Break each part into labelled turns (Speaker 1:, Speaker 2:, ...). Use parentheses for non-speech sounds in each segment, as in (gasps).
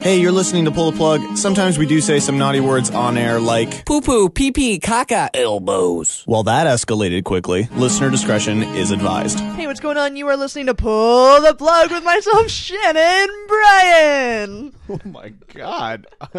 Speaker 1: Hey, you're listening to Pull the Plug. Sometimes we do say some naughty words on air like,
Speaker 2: Poo poo, pee pee, caca, elbows.
Speaker 1: well, that escalated quickly. Listener discretion is advised.
Speaker 3: Hey, what's going on? You are listening to Pull the Plug with myself, Shannon Bryan.
Speaker 4: Oh my god. (laughs)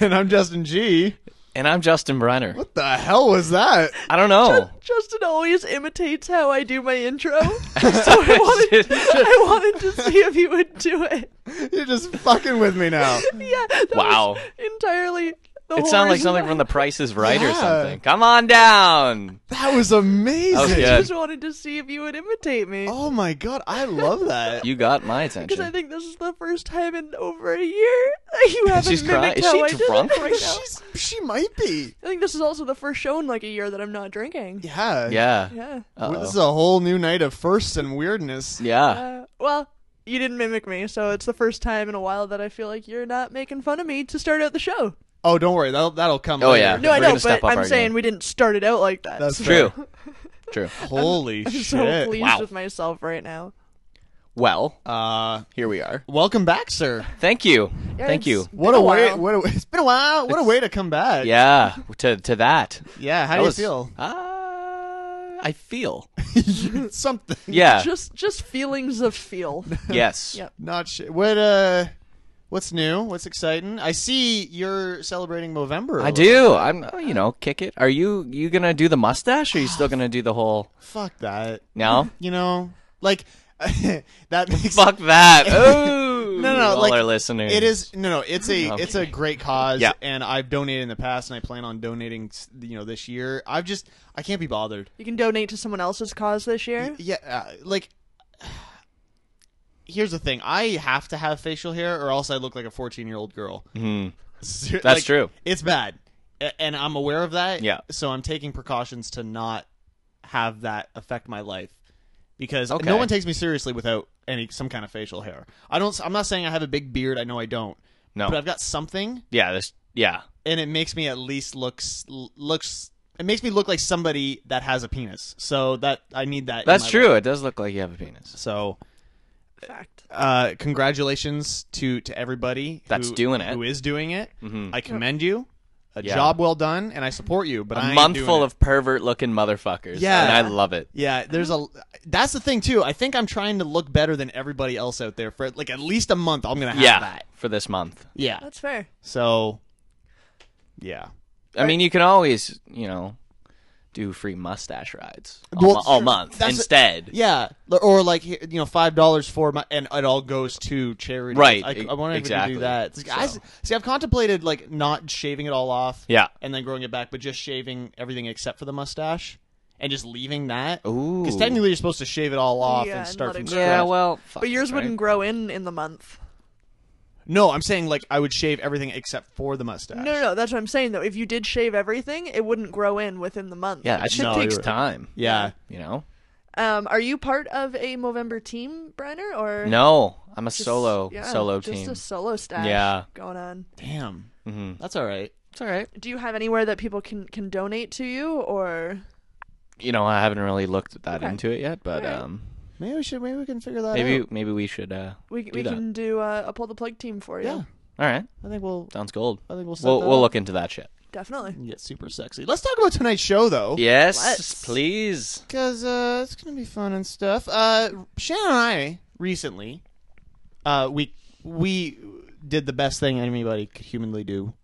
Speaker 4: and I'm Justin G.
Speaker 5: And I'm Justin Brenner.
Speaker 4: What the hell was that?
Speaker 5: I don't know.
Speaker 3: Justin always imitates how I do my intro, (laughs) so
Speaker 5: (laughs)
Speaker 3: I wanted, I wanted to see if he would do it.
Speaker 4: You're just fucking with me now.
Speaker 3: (laughs) Yeah, that was
Speaker 5: Wow.
Speaker 3: entirely. The
Speaker 5: It
Speaker 3: whole
Speaker 5: sounds like
Speaker 3: reason (laughs)
Speaker 5: something
Speaker 3: why
Speaker 5: from The Price is Right or
Speaker 4: Yeah.
Speaker 5: something. Come on down.
Speaker 4: That was amazing.
Speaker 5: That was
Speaker 3: I
Speaker 5: good.
Speaker 3: just wanted to see if you would imitate me.
Speaker 4: Oh my god, I love that.
Speaker 5: You got my
Speaker 3: Because I
Speaker 5: attention.
Speaker 3: think this is the first time in over a year (laughs) that you haven't
Speaker 5: She's
Speaker 3: mimicked
Speaker 5: crying. Is
Speaker 3: how
Speaker 5: she
Speaker 3: I did it
Speaker 5: drunk
Speaker 3: right
Speaker 5: right
Speaker 3: now.
Speaker 4: She's, she might be.
Speaker 3: I think this is also the first show in like a year that I'm not drinking.
Speaker 4: Yeah.
Speaker 5: Yeah.
Speaker 3: Yeah.
Speaker 5: Uh-oh.
Speaker 4: This is a whole new night of firsts and weirdness.
Speaker 5: yeah.
Speaker 3: Uh, well, you didn't mimic me, so it's the first time in a while that I feel like you're not making fun of me to start out the show.
Speaker 4: Oh, don't worry. That'll that'll come.
Speaker 5: Oh,
Speaker 4: later.
Speaker 5: yeah.
Speaker 3: No, I
Speaker 5: We're
Speaker 3: know,
Speaker 5: gonna step
Speaker 3: but
Speaker 5: up
Speaker 3: I'm
Speaker 5: our
Speaker 3: saying
Speaker 5: game.
Speaker 3: we didn't start it out like that.
Speaker 4: That's
Speaker 3: so
Speaker 5: True. True.
Speaker 4: Holy
Speaker 3: I'm
Speaker 4: shit.
Speaker 3: so pleased
Speaker 5: Wow.
Speaker 3: with myself right now.
Speaker 5: Well,
Speaker 4: Uh,
Speaker 5: here we are.
Speaker 4: welcome back, sir.
Speaker 5: Thank you.
Speaker 3: Yeah,
Speaker 5: Thank you.
Speaker 3: it's-
Speaker 4: What
Speaker 3: Been
Speaker 4: a,
Speaker 3: a
Speaker 4: way.
Speaker 3: while.
Speaker 4: What a, it's been a while. What a way to come back.
Speaker 5: Yeah. To to that.
Speaker 4: Yeah. How
Speaker 5: That
Speaker 4: do you
Speaker 5: was-
Speaker 4: feel? (laughs)
Speaker 5: Uh, I feel.
Speaker 4: Something.
Speaker 3: (laughs)
Speaker 5: Yeah.
Speaker 3: Just just feelings of
Speaker 5: (laughs)
Speaker 3: feel.
Speaker 5: yes.
Speaker 3: Yep.
Speaker 4: Not shit. What uh, what's new? What's exciting? I see you're celebrating Movember. a
Speaker 5: I
Speaker 4: little.
Speaker 5: do. I'm. oh, You know, kick it. Are you you gonna do the mustache? Or are you still gonna do the whole?
Speaker 4: Fuck that.
Speaker 5: No.
Speaker 4: You know, like (laughs) that makes (laughs)
Speaker 5: Fuck that. Oh.
Speaker 4: No, no,
Speaker 5: all
Speaker 4: like,
Speaker 5: our listeners.
Speaker 4: It is no, no. It's a
Speaker 5: Okay.
Speaker 4: it's a great cause,
Speaker 5: Yeah.
Speaker 4: and I've donated in the past, and I plan on donating. s- You know, this year, I've just I can't be bothered.
Speaker 3: You can donate to someone else's cause this year.
Speaker 4: Yeah, uh, like here's the thing: I have to have facial hair, or else I look like a 14 year old girl. Ser-
Speaker 5: Mm-hmm. That's true.
Speaker 4: It's bad, A- and I'm aware of that.
Speaker 5: Yeah.
Speaker 4: So I'm taking precautions to not have that affect my life because
Speaker 5: Okay.
Speaker 4: no one takes me seriously without any some kind of facial hair. I don't. I'm not saying I have a big beard. I know I don't.
Speaker 5: No.
Speaker 4: But I've got something,
Speaker 5: Yeah. This. Yeah.
Speaker 4: and it makes me at least looks looks. It makes me look like somebody that has a penis. So that I need that. in
Speaker 5: That's
Speaker 4: my
Speaker 5: true.
Speaker 4: life.
Speaker 5: It does look like you have a penis.
Speaker 4: So
Speaker 3: Fact.
Speaker 4: uh, congratulations to to everybody
Speaker 5: That's
Speaker 4: who-
Speaker 5: doing it. Mm-hmm.
Speaker 4: Who is doing it? I commend you. A
Speaker 5: Yeah.
Speaker 4: job well done, and I support you. But
Speaker 5: A
Speaker 4: I ain't
Speaker 5: month
Speaker 4: doing
Speaker 5: full
Speaker 4: it.
Speaker 5: of pervert looking motherfuckers.
Speaker 4: Yeah.
Speaker 5: And I love it.
Speaker 4: yeah. There's a that's the thing too. I think I'm trying to look better than everybody else out there for like at least a month. I'm gonna have
Speaker 5: Yeah.
Speaker 4: that.
Speaker 5: For this month.
Speaker 4: Yeah.
Speaker 3: That's fair.
Speaker 4: So yeah.
Speaker 5: I mean, you can always, you know, do free mustache rides all,
Speaker 4: Well,
Speaker 5: mo- all
Speaker 4: sure.
Speaker 5: month
Speaker 4: That's-
Speaker 5: instead.
Speaker 4: Yeah, L- or like you know, five dollars for my, and it all goes to charity.
Speaker 5: Right,
Speaker 4: I,
Speaker 5: e-
Speaker 4: I wanted
Speaker 5: exactly.
Speaker 4: to do that. It's like, I
Speaker 5: So-
Speaker 4: s- see, I've contemplated like not shaving it all off.
Speaker 5: Yeah.
Speaker 4: and then growing it back, but just shaving everything except for the mustache and just leaving that.
Speaker 5: Ooh.
Speaker 4: because technically you're supposed to shave it all off
Speaker 3: Yeah,
Speaker 4: and
Speaker 3: and
Speaker 4: start
Speaker 3: let
Speaker 4: from
Speaker 3: it
Speaker 4: scratch.
Speaker 3: grow.
Speaker 5: Yeah, well, fuck
Speaker 3: But yours
Speaker 5: it,
Speaker 3: wouldn't
Speaker 5: right?
Speaker 3: grow in in the month.
Speaker 4: No, I'm saying like I would shave everything except for the mustache.
Speaker 3: No, no, no, that's what I'm saying though. If you did shave everything, it wouldn't grow in within the month.
Speaker 5: Yeah, that shit
Speaker 4: No,
Speaker 5: takes
Speaker 4: you're right.
Speaker 5: time.
Speaker 4: Yeah,
Speaker 5: You know?
Speaker 3: Um, are you part of a Movember team, Brenner, or
Speaker 5: No, I'm a
Speaker 3: Just-
Speaker 5: solo
Speaker 3: yeah,
Speaker 5: solo
Speaker 3: just
Speaker 5: team.
Speaker 3: a solo stash
Speaker 5: Yeah.
Speaker 3: going on.
Speaker 4: damn, that's all right.
Speaker 5: It's all right.
Speaker 3: Do you have anywhere that people can can donate to you or
Speaker 5: You know, I haven't really looked that
Speaker 3: Okay.
Speaker 5: into it yet, but
Speaker 3: All right.
Speaker 5: um
Speaker 4: Maybe we should. Maybe we can figure that
Speaker 5: maybe
Speaker 4: out.
Speaker 5: maybe we should uh
Speaker 3: we
Speaker 5: do
Speaker 3: we
Speaker 5: that.
Speaker 3: can do uh, a pull the plug team for you?
Speaker 4: Yeah,
Speaker 5: All right.
Speaker 4: I think we'll.
Speaker 5: Sounds gold.
Speaker 4: I think we'll. set
Speaker 5: We'll
Speaker 4: that
Speaker 5: we'll
Speaker 4: up
Speaker 5: look into that shit.
Speaker 3: Definitely.
Speaker 4: and Get super sexy. Let's talk about tonight's show though.
Speaker 5: Yes,
Speaker 3: Let's-
Speaker 5: please.
Speaker 4: because uh, it's gonna be fun and stuff. Uh, Shannon and I recently, uh, we we did the best thing anybody could humanly do,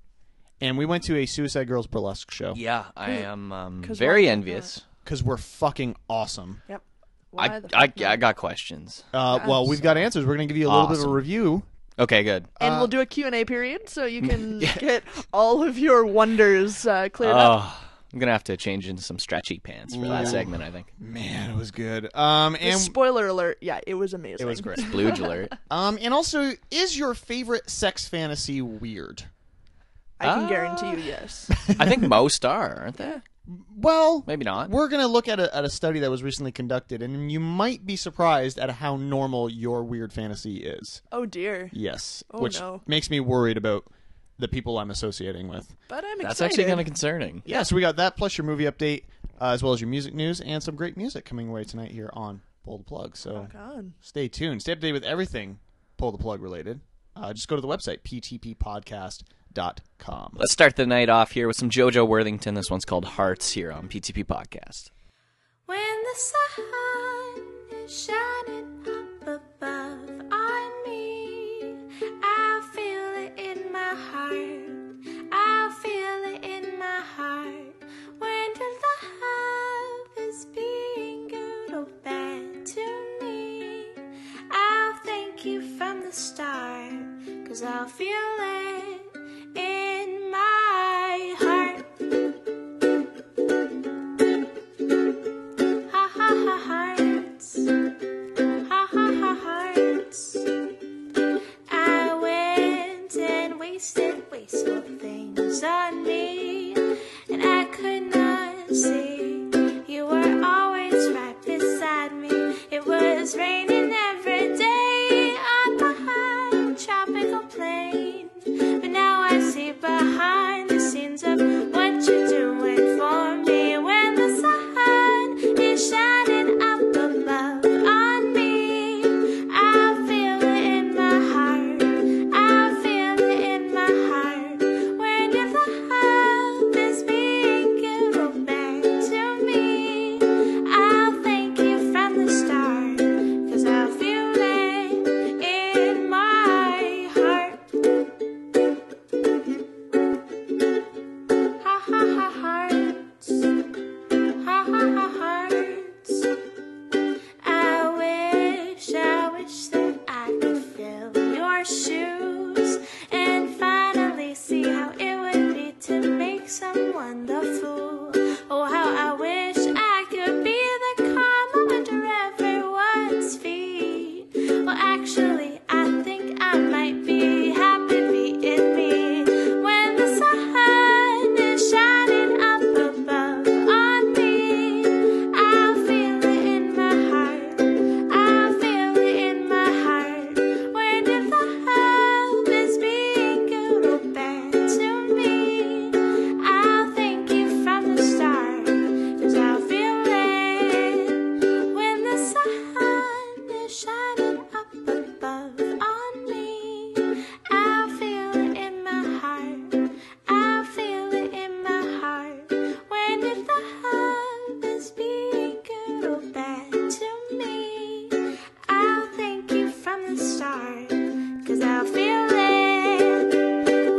Speaker 4: and we went to a Suicide Girls burlesque show
Speaker 5: Yeah, I am um,
Speaker 3: 'Cause why
Speaker 5: very
Speaker 3: not?
Speaker 5: envious.
Speaker 4: because we're fucking awesome.
Speaker 3: Yep. Why
Speaker 5: I,
Speaker 3: the
Speaker 5: I,
Speaker 3: fuck
Speaker 5: I
Speaker 3: not?
Speaker 5: got questions.
Speaker 4: Uh, well, we've got answers. We're gonna give you a little bit of
Speaker 5: Awesome.
Speaker 4: a review.
Speaker 5: Okay, good.
Speaker 3: and we'll do a Q&A period so you
Speaker 5: (laughs)
Speaker 3: can get all of your wonders uh, cleared up.
Speaker 5: Oh, I'm gonna have to change into some stretchy pants for that segment. I think.
Speaker 4: Man, it was good. Um, and
Speaker 3: Spoiler alert, yeah, it was amazing.
Speaker 4: it was
Speaker 3: (laughs)
Speaker 4: great.
Speaker 5: Blue alert.
Speaker 4: Um, and also, is your favorite sex fantasy weird?
Speaker 3: I can
Speaker 5: Ah.
Speaker 3: guarantee you yes.
Speaker 5: (laughs) I think most are, aren't they?
Speaker 4: Well,
Speaker 5: Maybe not.
Speaker 4: We're going to look at a, at a study that was recently conducted, and you might be surprised at how normal your weird fantasy is.
Speaker 3: Oh dear.
Speaker 4: Yes.
Speaker 3: Oh,
Speaker 4: which
Speaker 3: no.
Speaker 4: makes me worried about the people I'm associating with.
Speaker 3: But I'm
Speaker 5: That's
Speaker 3: excited.
Speaker 5: actually kind of concerning.
Speaker 4: Yeah, so we got that, plus your movie update, uh, as well as your music news, and some great music coming away tonight here on Pull the Plug. So
Speaker 3: God.
Speaker 4: stay tuned. Stay updated with everything Pull the Plug related. uh, just go to the website, ptppodcast.com.
Speaker 5: Let's start the night off here with some JoJo Worthington. This one's called Hearts here on PTP Podcast.
Speaker 6: When the sun is shining up above on me, I feel it in my heart. I feel it in my heart. When the love is being good or bad to me, I'll thank you from the start, cause I'll feel it in my heart. Ha ha ha hearts. Ha ha ha hearts. I went and wasted wasteful things on me, and I could not see. You were always right beside me. It was raining every day on my tropical plane, but now I see behind the scenes of what you're doing for me when the sun is shining up above on me. I feel it in my heart. I feel it in my heart. When your love is being given back to me, I'll thank you from the start. Cause I feel it in my heart. Ha ha ha hearts. Ha ha ha hearts. I wish, I wish that I could fill your shoes and finally see how it would be to make someone the fool. Oh, how I wish I could be the karma under everyone's feet. Well, actually, I think I might be happy being me when the sun is shining up above on me. I feel it in my heart. I feel it in my heart. When your love is being good or bad to me, I'll thank you from the start. Cause I feel it when the sun is shining up above on me. I feel it in my heart. I feel it in my heart. When your love is being good or bad to me, I'll thank you from the start. Cause I feel it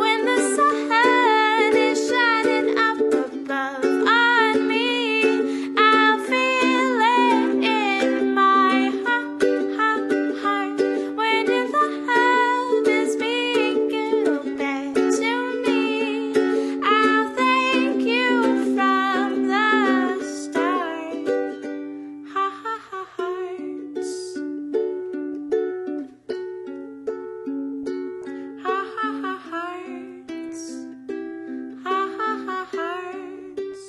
Speaker 6: when the sun is shining up above on me. I feel it in my heart, heart, heart. When your love is being good or bad to me, I'll thank you from the start. Ha ha ha hearts. Ha ha ha hearts. Ha ha ha hearts.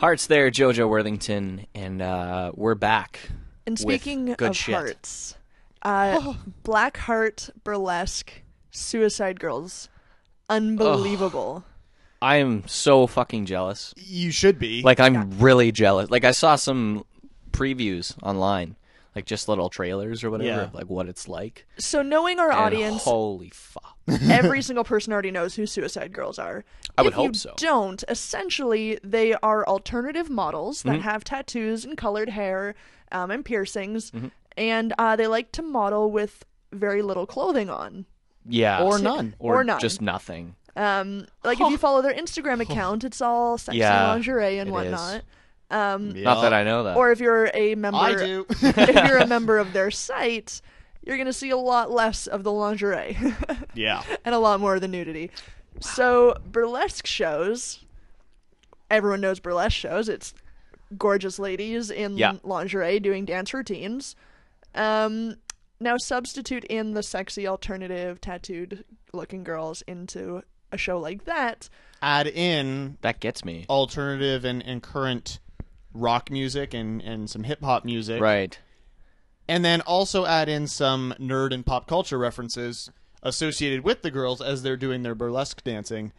Speaker 5: Hearts there, JoJo Worthington, and uh, we're back.
Speaker 3: And
Speaker 5: with
Speaker 3: speaking
Speaker 5: good
Speaker 3: of
Speaker 5: shit. Oh.
Speaker 3: hearts, uh, Black Heart, Burlesque, Suicide Girls, unbelievable.
Speaker 5: I am so fucking jealous.
Speaker 4: You should be.
Speaker 5: Like I'm really jealous. Like I saw some previews online, like just little trailers or whatever,
Speaker 4: Yeah.
Speaker 5: of like what it's like.
Speaker 3: So knowing our
Speaker 5: And
Speaker 3: audience,
Speaker 5: holy fuck! (laughs)
Speaker 3: every single person already knows who Suicide Girls are.
Speaker 5: I would
Speaker 3: if you
Speaker 5: hope so.
Speaker 3: Don't. Essentially, they are alternative models
Speaker 5: Mm-hmm.
Speaker 3: that have tattoos and colored hair um, and piercings,
Speaker 5: Mm-hmm.
Speaker 3: and uh, they like to model with very little clothing on.
Speaker 5: Yeah,
Speaker 4: or none.
Speaker 5: or,
Speaker 3: or none.
Speaker 5: just nothing.
Speaker 3: Um, like if you follow their Instagram account, it's all sexy
Speaker 5: Yeah,
Speaker 3: lingerie and
Speaker 5: it
Speaker 3: whatnot.
Speaker 5: is.
Speaker 3: Um,
Speaker 5: Not that I know that.
Speaker 3: or if you're a member,
Speaker 4: I do.
Speaker 3: (laughs) if you're a
Speaker 5: (laughs)
Speaker 3: member of their site, you're gonna see a lot less of the lingerie. (laughs)
Speaker 4: yeah.
Speaker 3: and a lot more of the nudity. So burlesque shows, everyone knows burlesque shows. It's gorgeous ladies in
Speaker 5: Yeah.
Speaker 3: lingerie doing dance routines. Um, now substitute in the sexy alternative tattooed looking girls into a show like that.
Speaker 4: Add in
Speaker 5: that gets me
Speaker 4: alternative and, and current rock music and, and some hip hop music.
Speaker 5: right.
Speaker 4: And then also add in some nerd and pop culture references associated with the girls as they're doing their burlesque dancing.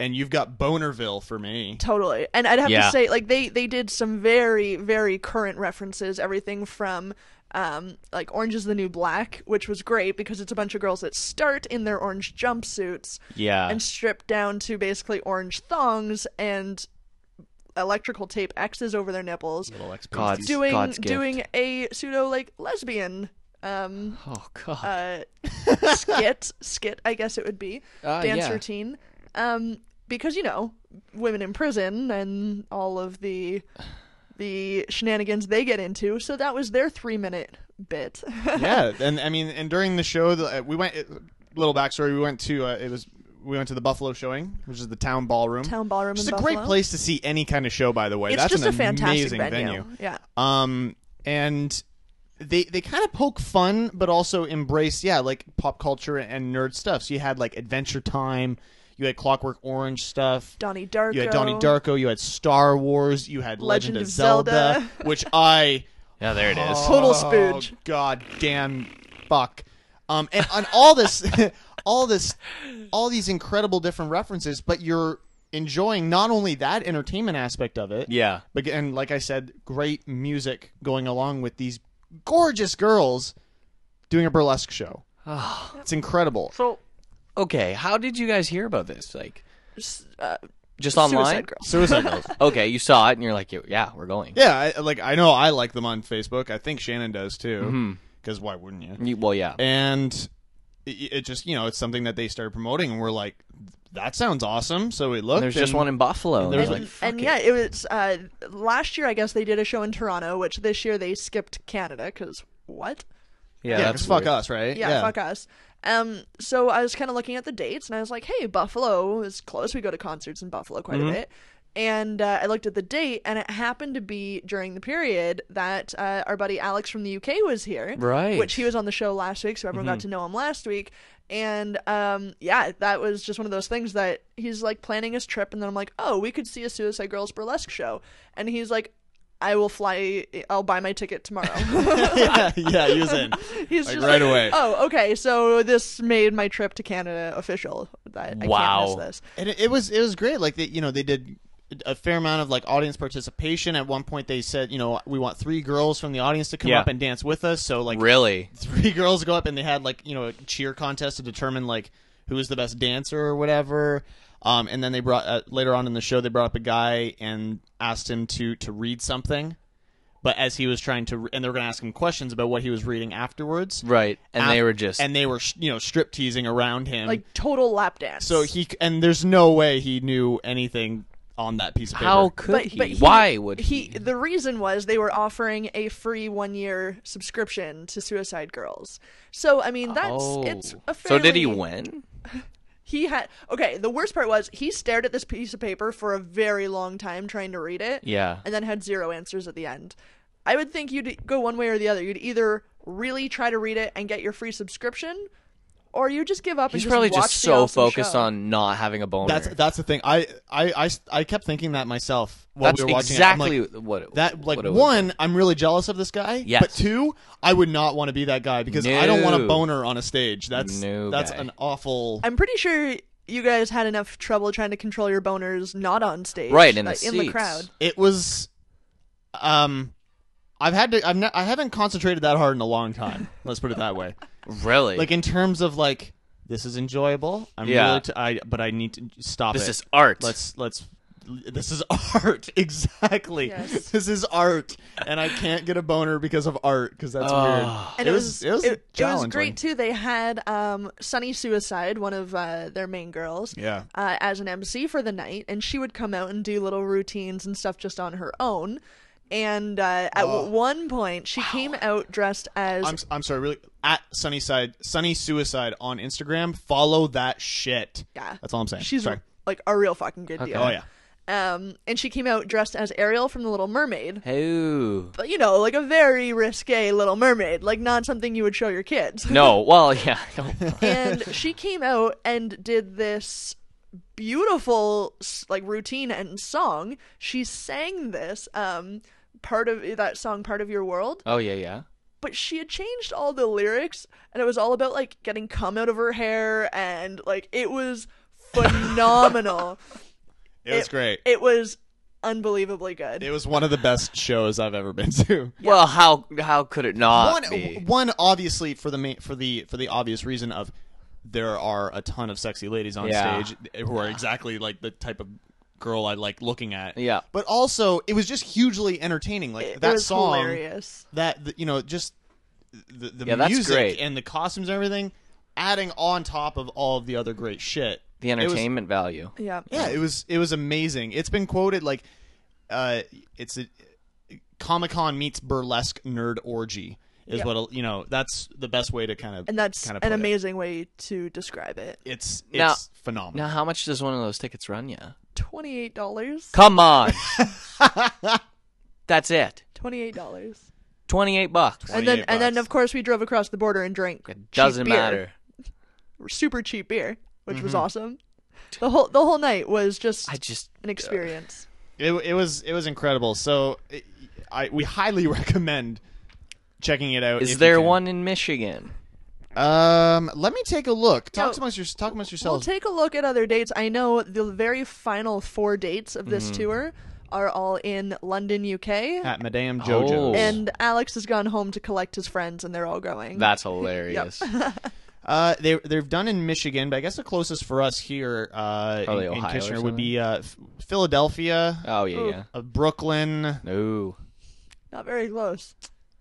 Speaker 4: And you've got Bonerville for me.
Speaker 3: Totally. And I'd have
Speaker 5: Yeah.
Speaker 3: to say, like they they did some very very current references. Everything from um, like Orange is the New Black, which was great because it's a bunch of girls that start in their orange jumpsuits
Speaker 5: Yeah.
Speaker 4: Ah.
Speaker 3: and strip down to basically orange thongs and electrical tape X's over their nipples,
Speaker 5: God's,
Speaker 3: doing
Speaker 5: God's gift.
Speaker 3: doing a pseudo like lesbian um,
Speaker 5: Oh God.
Speaker 4: (laughs)
Speaker 3: uh, skit skit I guess it would be
Speaker 4: Ah,
Speaker 5: Uh,
Speaker 3: dance
Speaker 5: yeah.
Speaker 3: routine um, because you know women in prison and all of the the shenanigans they get into so that was their three minute bit (laughs)
Speaker 4: yeah, and I mean, and during the show, the, uh, we went. uh, Little backstory: We went to uh, it was we went to the Buffalo showing, which is the town ballroom.
Speaker 3: town ballroom
Speaker 4: It's
Speaker 3: in
Speaker 4: a
Speaker 3: Buffalo.
Speaker 4: great place to see any kind of show. By the way,
Speaker 3: it's
Speaker 4: that's
Speaker 3: just
Speaker 4: an
Speaker 3: a fantastic
Speaker 4: amazing venue.
Speaker 3: yeah
Speaker 4: Um, and they they kind of poke fun, but also embrace yeah, like pop culture and nerd stuff. So you had like Adventure Time, you had Clockwork Orange stuff,
Speaker 3: Donnie Darko
Speaker 4: you had Donnie Darko, you had Star Wars, you had Legend,
Speaker 3: Legend
Speaker 4: of
Speaker 3: of Zelda.
Speaker 4: Zelda, which I
Speaker 5: yeah, there it is.
Speaker 3: Total spooge.
Speaker 4: Oh, God damn fuck. Um, and on all this, (laughs) all this, all these incredible different references, but you're enjoying not only that entertainment aspect of it,
Speaker 5: Yeah.
Speaker 4: but and like I said, great music going along with these gorgeous girls doing a burlesque
Speaker 3: (sighs)
Speaker 4: show. it's incredible.
Speaker 3: so
Speaker 5: Okay. How did you guys hear about this? Like,
Speaker 3: uh,
Speaker 5: just online?
Speaker 3: Suicide
Speaker 5: (laughs)
Speaker 3: Girl.
Speaker 4: Suicide Girls.
Speaker 5: Okay, you saw it and you're like, yeah, we're going.
Speaker 4: Yeah, I, like I know I like them on Facebook. I think Shannon does
Speaker 3: Mm-hmm.
Speaker 4: too. Because why wouldn't you?
Speaker 5: You- well, yeah.
Speaker 4: and it, it just you know it's something that they started promoting and we're like that sounds awesome so we looked
Speaker 5: There's just
Speaker 4: and-
Speaker 5: one in Buffalo.
Speaker 4: there's,
Speaker 5: and I was
Speaker 4: like,
Speaker 5: like,
Speaker 3: and yeah, it was uh, last year. I guess they did a show in Toronto, which this year they skipped Canada because what?
Speaker 5: yeah,
Speaker 4: yeah, 'cause
Speaker 5: that's
Speaker 4: fuck
Speaker 5: weird.
Speaker 4: us right
Speaker 3: Yeah,
Speaker 4: (laughs)
Speaker 3: fuck us. Um, so I was kind of looking at the dates, and I was like, "Hey, Buffalo is close. We go to concerts in Buffalo quite a bit." And uh, I looked at the date, and it happened to be during the period that uh, our buddy Alex from the UK was here,
Speaker 5: Right.
Speaker 3: Which he was on the show last week, so everyone got to know him last week. And um, yeah, that was just one of those things that he's like planning his trip, and then I'm like, "Oh, we could see a Suicide Girls burlesque show," and he's like. I will fly. I'll buy my ticket tomorrow. (laughs)
Speaker 4: yeah yeah he was in
Speaker 3: He's just
Speaker 4: right away.
Speaker 3: Oh, okay. So this made my trip to Canada official. That I
Speaker 5: Wow.
Speaker 3: can't miss this.
Speaker 4: and it, it was it was great like they, you know they did a fair amount of like audience participation at one point they said you know we want three girls from the audience to come
Speaker 5: Yeah.
Speaker 4: up and dance with us so like
Speaker 5: Really?
Speaker 4: three (laughs) girls go up and they had like you know a cheer contest to determine like who was the best dancer or whatever um, and then they brought uh, later on in the show they brought up a guy and asked him to to read something but as he was trying to and they were going to ask him questions about what he was reading afterwards
Speaker 5: Right. And
Speaker 4: Af-
Speaker 5: they were just.
Speaker 4: and they were you know strip teasing around him
Speaker 3: Like total lap dance.
Speaker 4: so he c- and there's no way he knew anything on that piece of paper
Speaker 5: how could
Speaker 3: But,
Speaker 5: he?
Speaker 3: but he-
Speaker 5: Why would
Speaker 3: he,
Speaker 5: he?
Speaker 3: The reason was they were offering a free one year subscription to Suicide Girls. So I mean that's
Speaker 5: oh.
Speaker 3: it's a
Speaker 5: so did he
Speaker 3: fairly-
Speaker 5: win?
Speaker 3: He had okay. The worst part was he stared at this piece of paper for a very long time trying to read it.
Speaker 5: Yeah.
Speaker 3: and then had zero answers at the end. I would think you'd go one way or the other. You'd either really try to read it and get your free subscription, or you just give up.
Speaker 5: He's
Speaker 3: and
Speaker 5: probably
Speaker 3: watch
Speaker 5: just
Speaker 3: the
Speaker 5: so
Speaker 3: awesome
Speaker 5: focused
Speaker 3: show.
Speaker 5: on not having a boner.
Speaker 4: that's that's the thing I, I I s- I kept thinking that myself while
Speaker 5: That's
Speaker 4: we were watching it. I'm like,
Speaker 5: exactly what it,
Speaker 4: That like
Speaker 5: what it was.
Speaker 4: one, I'm really jealous of this guy.
Speaker 5: Yes.
Speaker 4: But two, I would not want to be that guy because I don't
Speaker 5: No.
Speaker 4: want a boner on a stage. That's
Speaker 5: No
Speaker 4: that's
Speaker 5: guy.
Speaker 4: an awful.
Speaker 3: I'm pretty sure you guys had enough trouble trying to control your boners not on stage,
Speaker 5: Right, in the
Speaker 3: uh, in the
Speaker 5: seats.
Speaker 3: crowd.
Speaker 4: it was, um, I've had to. I've ne- I haven't concentrated that hard in a long time. let's put it that
Speaker 5: (laughs)
Speaker 4: way.
Speaker 5: Really?
Speaker 4: Like in terms of like this is enjoyable. I'm
Speaker 5: Yeah.
Speaker 4: Really t- I but I need to stop.
Speaker 5: this
Speaker 4: it.
Speaker 5: is art.
Speaker 4: Let's let's. This is art, (laughs) exactly.
Speaker 3: Yes.
Speaker 4: This is art, and I can't get a boner because of art because that's weird.
Speaker 3: And it, was,
Speaker 4: it was
Speaker 3: it, it was
Speaker 4: challenging.
Speaker 3: great too. They had um, Sunny Suicide, one of uh, their main girls,
Speaker 4: Yeah.
Speaker 3: uh, as an MC for the night, and she would come out and do little routines and stuff just on her own. And uh, at w- one point, she came out dressed as
Speaker 4: Oh. I'm, I'm sorry, really. At Sunnyside, Sunny Suicide on Instagram. Follow that shit.
Speaker 3: Yeah.
Speaker 4: That's all I'm saying.
Speaker 3: she's
Speaker 4: sorry.
Speaker 3: like a real fucking good deal.
Speaker 4: Oh yeah.
Speaker 3: Um, and she came out dressed as Ariel from The Little Mermaid.
Speaker 5: Ooh.
Speaker 3: But you know, like a very risque Little Mermaid, like not something you would show your kids. (laughs)
Speaker 5: No. Well, yeah. no.
Speaker 4: (laughs)
Speaker 3: and she came out and did this beautiful s- like routine and song she sang this um part of that song part of your world
Speaker 5: Oh yeah, yeah.
Speaker 3: but she had changed all the lyrics and it was all about like getting cum out of her
Speaker 4: (laughs)
Speaker 3: hair and like it was phenomenal
Speaker 4: It was great.
Speaker 3: it was unbelievably good.
Speaker 1: It was one of the best shows I've ever been to.
Speaker 5: Well, how how could it
Speaker 4: (laughs)
Speaker 5: not
Speaker 4: one,
Speaker 5: be?
Speaker 4: one obviously for the main, for the for the obvious reason of there are a ton of sexy ladies on
Speaker 5: Yeah.
Speaker 4: stage who are exactly like the type of girl I like looking at.
Speaker 5: Yeah.
Speaker 4: But also, it was just hugely entertaining. Like
Speaker 3: It
Speaker 4: that
Speaker 3: was
Speaker 4: song,
Speaker 3: hilarious.
Speaker 4: that th- you know, just the the
Speaker 5: Yeah, that's
Speaker 4: music
Speaker 5: great.
Speaker 4: and the costumes and everything, adding on top of all of the other great shit.
Speaker 5: The
Speaker 4: It was-
Speaker 5: entertainment value.
Speaker 3: Yeah.
Speaker 4: yeah, it was it was amazing. It's been quoted like, uh, it's a Comic Con meets burlesque nerd orgy is
Speaker 3: Yeah.
Speaker 4: what a- you know. That's the best way to kind of
Speaker 3: And that's
Speaker 4: kind of
Speaker 3: an
Speaker 4: put it.
Speaker 3: amazing way to describe it.
Speaker 4: It's it's
Speaker 5: Now-
Speaker 4: phenomenal.
Speaker 5: Now, how much does one of those tickets run you?
Speaker 3: Twenty-eight dollars.
Speaker 4: (laughs)
Speaker 5: Come on. That's it.
Speaker 3: Twenty-eight dollars.
Speaker 5: 28 bucks.
Speaker 3: And
Speaker 4: 28
Speaker 3: then, and then
Speaker 4: bucks.
Speaker 3: of course we drove across the border and drank.
Speaker 5: It doesn't
Speaker 3: cheap beer.
Speaker 5: matter. Mm-hmm.
Speaker 3: Super cheap beer, which was awesome. The whole the whole night was just
Speaker 5: I uh, just
Speaker 3: an experience.
Speaker 4: It it was it was incredible. So, it, I we highly (laughs) recommend checking it out. if
Speaker 5: Is
Speaker 4: you
Speaker 5: there
Speaker 4: can.
Speaker 5: one in Michigan?
Speaker 4: Um, let me take a look.
Speaker 3: No.
Speaker 4: Talk amongst your talk amongst
Speaker 3: We'll
Speaker 4: yourselves.
Speaker 3: take a look at other dates. I know the very final four dates of this
Speaker 5: Mm-hmm.
Speaker 3: tour are all in London, UK.
Speaker 4: at Madame Jojo's.
Speaker 5: Oh.
Speaker 3: And Alex has gone home to collect his friends, and they're all going.
Speaker 5: That's hilarious.
Speaker 4: Uh, they they've done in Michigan, but I guess the closest for us here uh, in,
Speaker 5: Probably
Speaker 4: in
Speaker 5: Ohio or
Speaker 4: Kitchener
Speaker 5: something.
Speaker 4: would be uh, F- Philadelphia,
Speaker 5: Oh yeah, yeah.
Speaker 4: uh, Brooklyn.
Speaker 5: No.
Speaker 3: Not very close.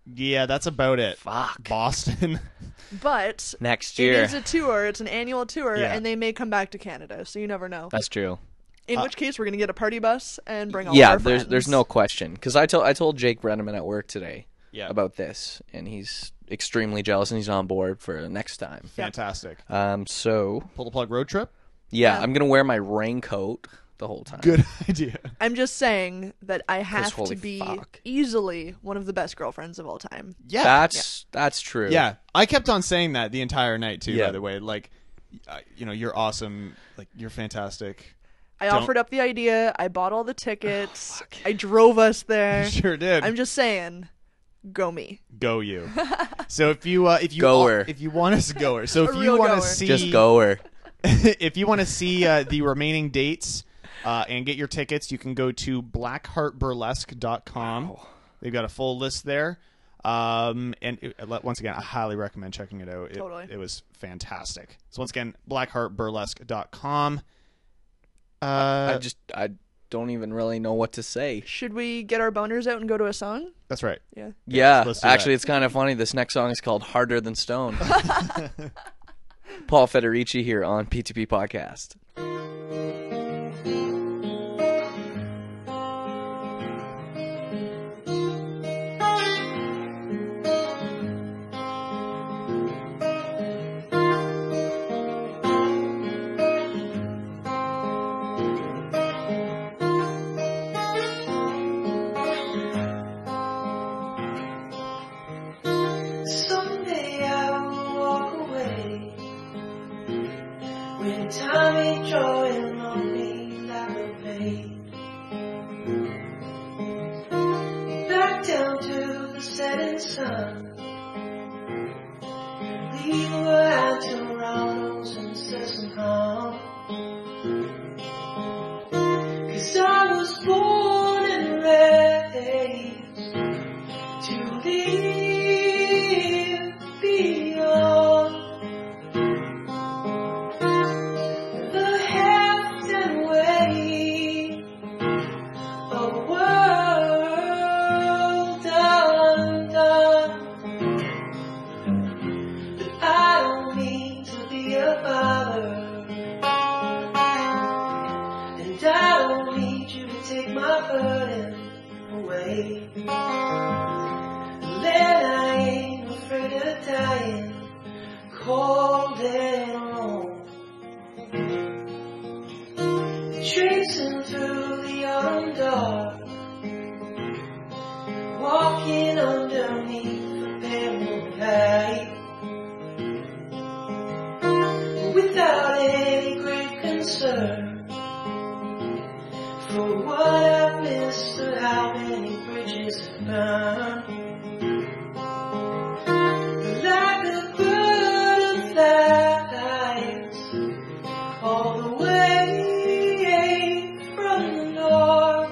Speaker 4: Yeah, that's about it.
Speaker 5: Fuck.
Speaker 4: Boston. (laughs)
Speaker 3: But
Speaker 5: Next
Speaker 3: it
Speaker 5: year.
Speaker 3: is a tour. It's an annual tour,
Speaker 4: Yeah.
Speaker 3: and they may come back to Canada, so you never know.
Speaker 5: That's true.
Speaker 3: In which case, we're going to get a party bus and bring all of
Speaker 5: Yeah,
Speaker 3: our
Speaker 5: there's
Speaker 3: friends.
Speaker 5: there's no question because I told I told Jake Brenneman at work today
Speaker 4: Yeah.
Speaker 5: about this, and he's extremely jealous, and he's on board for next time.
Speaker 4: Fantastic.
Speaker 5: Um, so
Speaker 4: Pull the plug road trip.
Speaker 5: yeah, I'm gonna wear my raincoat the whole time.
Speaker 3: (laughs)
Speaker 4: Good idea.
Speaker 3: I'm just saying that I have to
Speaker 5: holy
Speaker 3: be
Speaker 5: fuck.
Speaker 3: easily one of the best girlfriends of all time.
Speaker 4: Yeah.
Speaker 5: That's that's true.
Speaker 4: yeah. I kept on saying that the entire night too.
Speaker 5: Yeah.
Speaker 4: By the way, like, uh, you know, you're awesome. Like, you're fantastic.
Speaker 3: I
Speaker 4: Don't-
Speaker 3: offered up the idea. I bought all the
Speaker 5: Oh,
Speaker 3: tickets. I drove us there.
Speaker 4: You (laughs) sure did.
Speaker 3: I'm just saying, go me.
Speaker 4: Go you.
Speaker 3: (laughs)
Speaker 4: so if you uh, if you
Speaker 5: Goer.
Speaker 4: if you want us goer. So if
Speaker 3: real
Speaker 4: you want
Speaker 3: goer.
Speaker 4: to see
Speaker 5: Just goer.
Speaker 4: (laughs) if you want to see uh, the remaining dates uh, and get your tickets, you can go to blackheartburlesque.com. They've got a full list there. Um, and it- let- once again, I highly recommend checking it out. It,
Speaker 3: Totally.
Speaker 4: it was fantastic. So once again, blackheartburlesque.com. Uh,
Speaker 5: I just I don't even really know what to say.
Speaker 3: Should we get our boners out and go to a song?
Speaker 4: that's right.
Speaker 3: Yeah.
Speaker 5: Yeah,
Speaker 4: let's do that.
Speaker 5: actually, it's kind of funny. This next song is called "Harder
Speaker 3: (laughs)
Speaker 5: Than Stone." Paul Federici here on PTP Podcast.
Speaker 7: Someday I will walk away when time is drawing on me like a blade. Back down to the setting sun. Leave her out to rounds and incessant harm. Cause I was born and raised to live beyond the heft and weight of a world undone. But I don't mean to be a bother, and I don't need you to take my burden away. Then I ain't afraid of dying cold and alone. Tracing through the autumn dark, walking underneath the pale light. Without any great concern for what I've missed or how many bridges have burned. Like a bird of paradise, all the way from the north.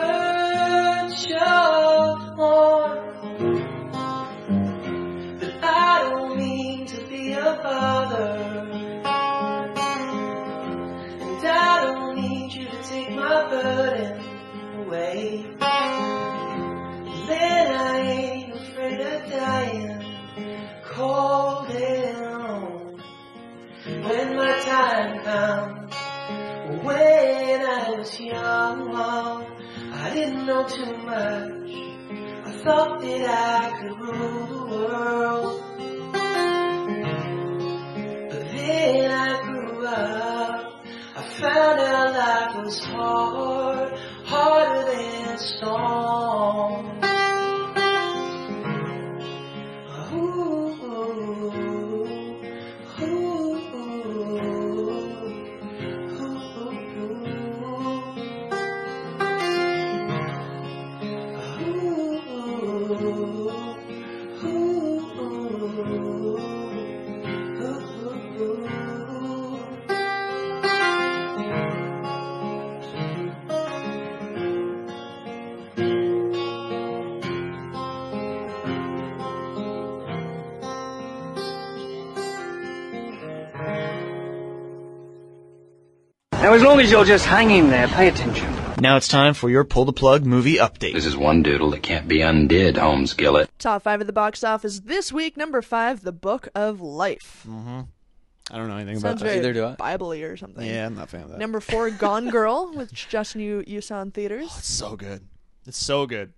Speaker 7: search of harm. But I don't mean to be a bother. And I don't need you to take my burden away. Then I ain't afraid of dying cold and alone. When my time comes. When I was young, I didn't know too much. I thought that I could rule the world. But then I grew up, I found out life was hard, harder than a storm. Ooh, ooh, ooh.
Speaker 8: Now, as long as you're just hanging there, pay attention.
Speaker 4: Now it's time for your pull the plug movie update.
Speaker 9: This is one doodle that can't be undid, Holmes Gillett.
Speaker 3: Top five at the box office this week. Number five, The Book of Life.
Speaker 4: I don't know anything
Speaker 3: Sounds
Speaker 4: about
Speaker 3: very
Speaker 5: Either do I.
Speaker 3: Bible-y or something.
Speaker 4: that. Yeah, I'm not a fan of that.
Speaker 3: Number four, Gone Girl, (laughs) which just new you saw in theaters.
Speaker 4: It's so good. It's so good.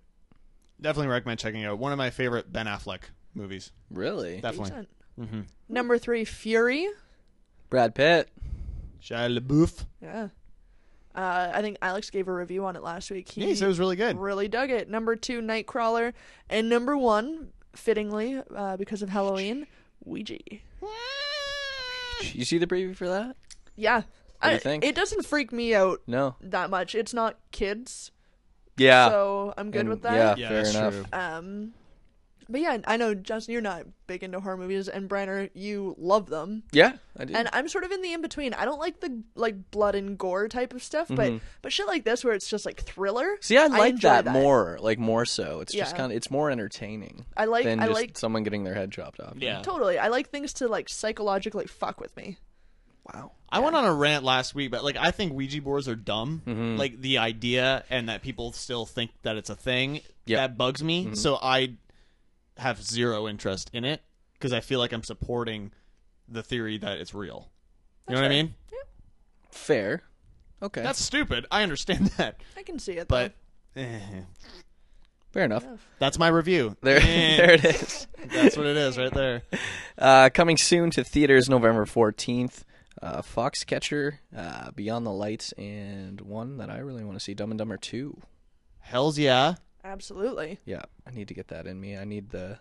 Speaker 4: Definitely recommend checking it out. One of my favorite Ben Affleck movies.
Speaker 5: Really?
Speaker 4: Definitely.
Speaker 3: Decent.
Speaker 5: Mm-hmm.
Speaker 3: Number three, Fury.
Speaker 5: Brad Pitt.
Speaker 4: Shia LaBeouf.
Speaker 3: Yeah. Uh, I think Alex gave a review on it last week.
Speaker 4: Yeah, he said it was really good.
Speaker 3: really dug it. Number two, Nightcrawler, and number one, fittingly uh, because of Halloween, Ouija.
Speaker 5: You see the preview for that?
Speaker 3: Yeah,
Speaker 5: do you
Speaker 3: I-
Speaker 5: think?
Speaker 3: it doesn't freak me out
Speaker 5: No.
Speaker 3: that much. It's not kids,
Speaker 5: Yeah.
Speaker 3: so I'm good
Speaker 5: And-
Speaker 3: with
Speaker 5: Yeah,
Speaker 3: that.
Speaker 4: Yeah,
Speaker 5: fair
Speaker 4: that's
Speaker 5: enough.
Speaker 4: true.
Speaker 3: Um, but yeah, I know Justin, you're not big into horror movies, and Brenner, you love them.
Speaker 5: Yeah, I do.
Speaker 3: And I'm sort of in the in between. I don't like the like blood and gore type of stuff, but but shit like this where it's just like thriller.
Speaker 5: Mm-hmm. See, I like
Speaker 3: enjoy
Speaker 5: that, more, like more so. It's just
Speaker 3: Yeah.
Speaker 5: kind of it's more entertaining
Speaker 3: I like
Speaker 5: than
Speaker 3: I
Speaker 5: just
Speaker 3: like
Speaker 5: someone getting their head chopped off.
Speaker 3: totally. I like things to like psychologically fuck with me.
Speaker 4: I went on a rant last week, but like I think Ouija boards are dumb.
Speaker 5: Mm-hmm.
Speaker 4: Like the idea and that people still think that it's a thing
Speaker 5: Yep. Mm-hmm.
Speaker 4: that bugs me. So I have zero interest in it because I feel like I'm supporting the theory that it's real. You know what I mean?
Speaker 5: Fair. Okay.
Speaker 4: That's stupid. I understand (laughs) that,
Speaker 3: I can see it,
Speaker 4: but (laughs)
Speaker 3: though.
Speaker 4: eh,
Speaker 5: fair enough.
Speaker 4: that's my review.
Speaker 5: There, (laughs)
Speaker 4: Eh,
Speaker 5: there it is.
Speaker 4: that's what it is right there.
Speaker 5: Uh, coming soon to theaters November 14th. Uh, Foxcatcher, uh, Beyond the Lights, and one that I really want to see, Dumb and Dumber 2.
Speaker 4: Hell's yeah.
Speaker 3: absolutely.
Speaker 5: Yeah, I need to get that in me. I need the.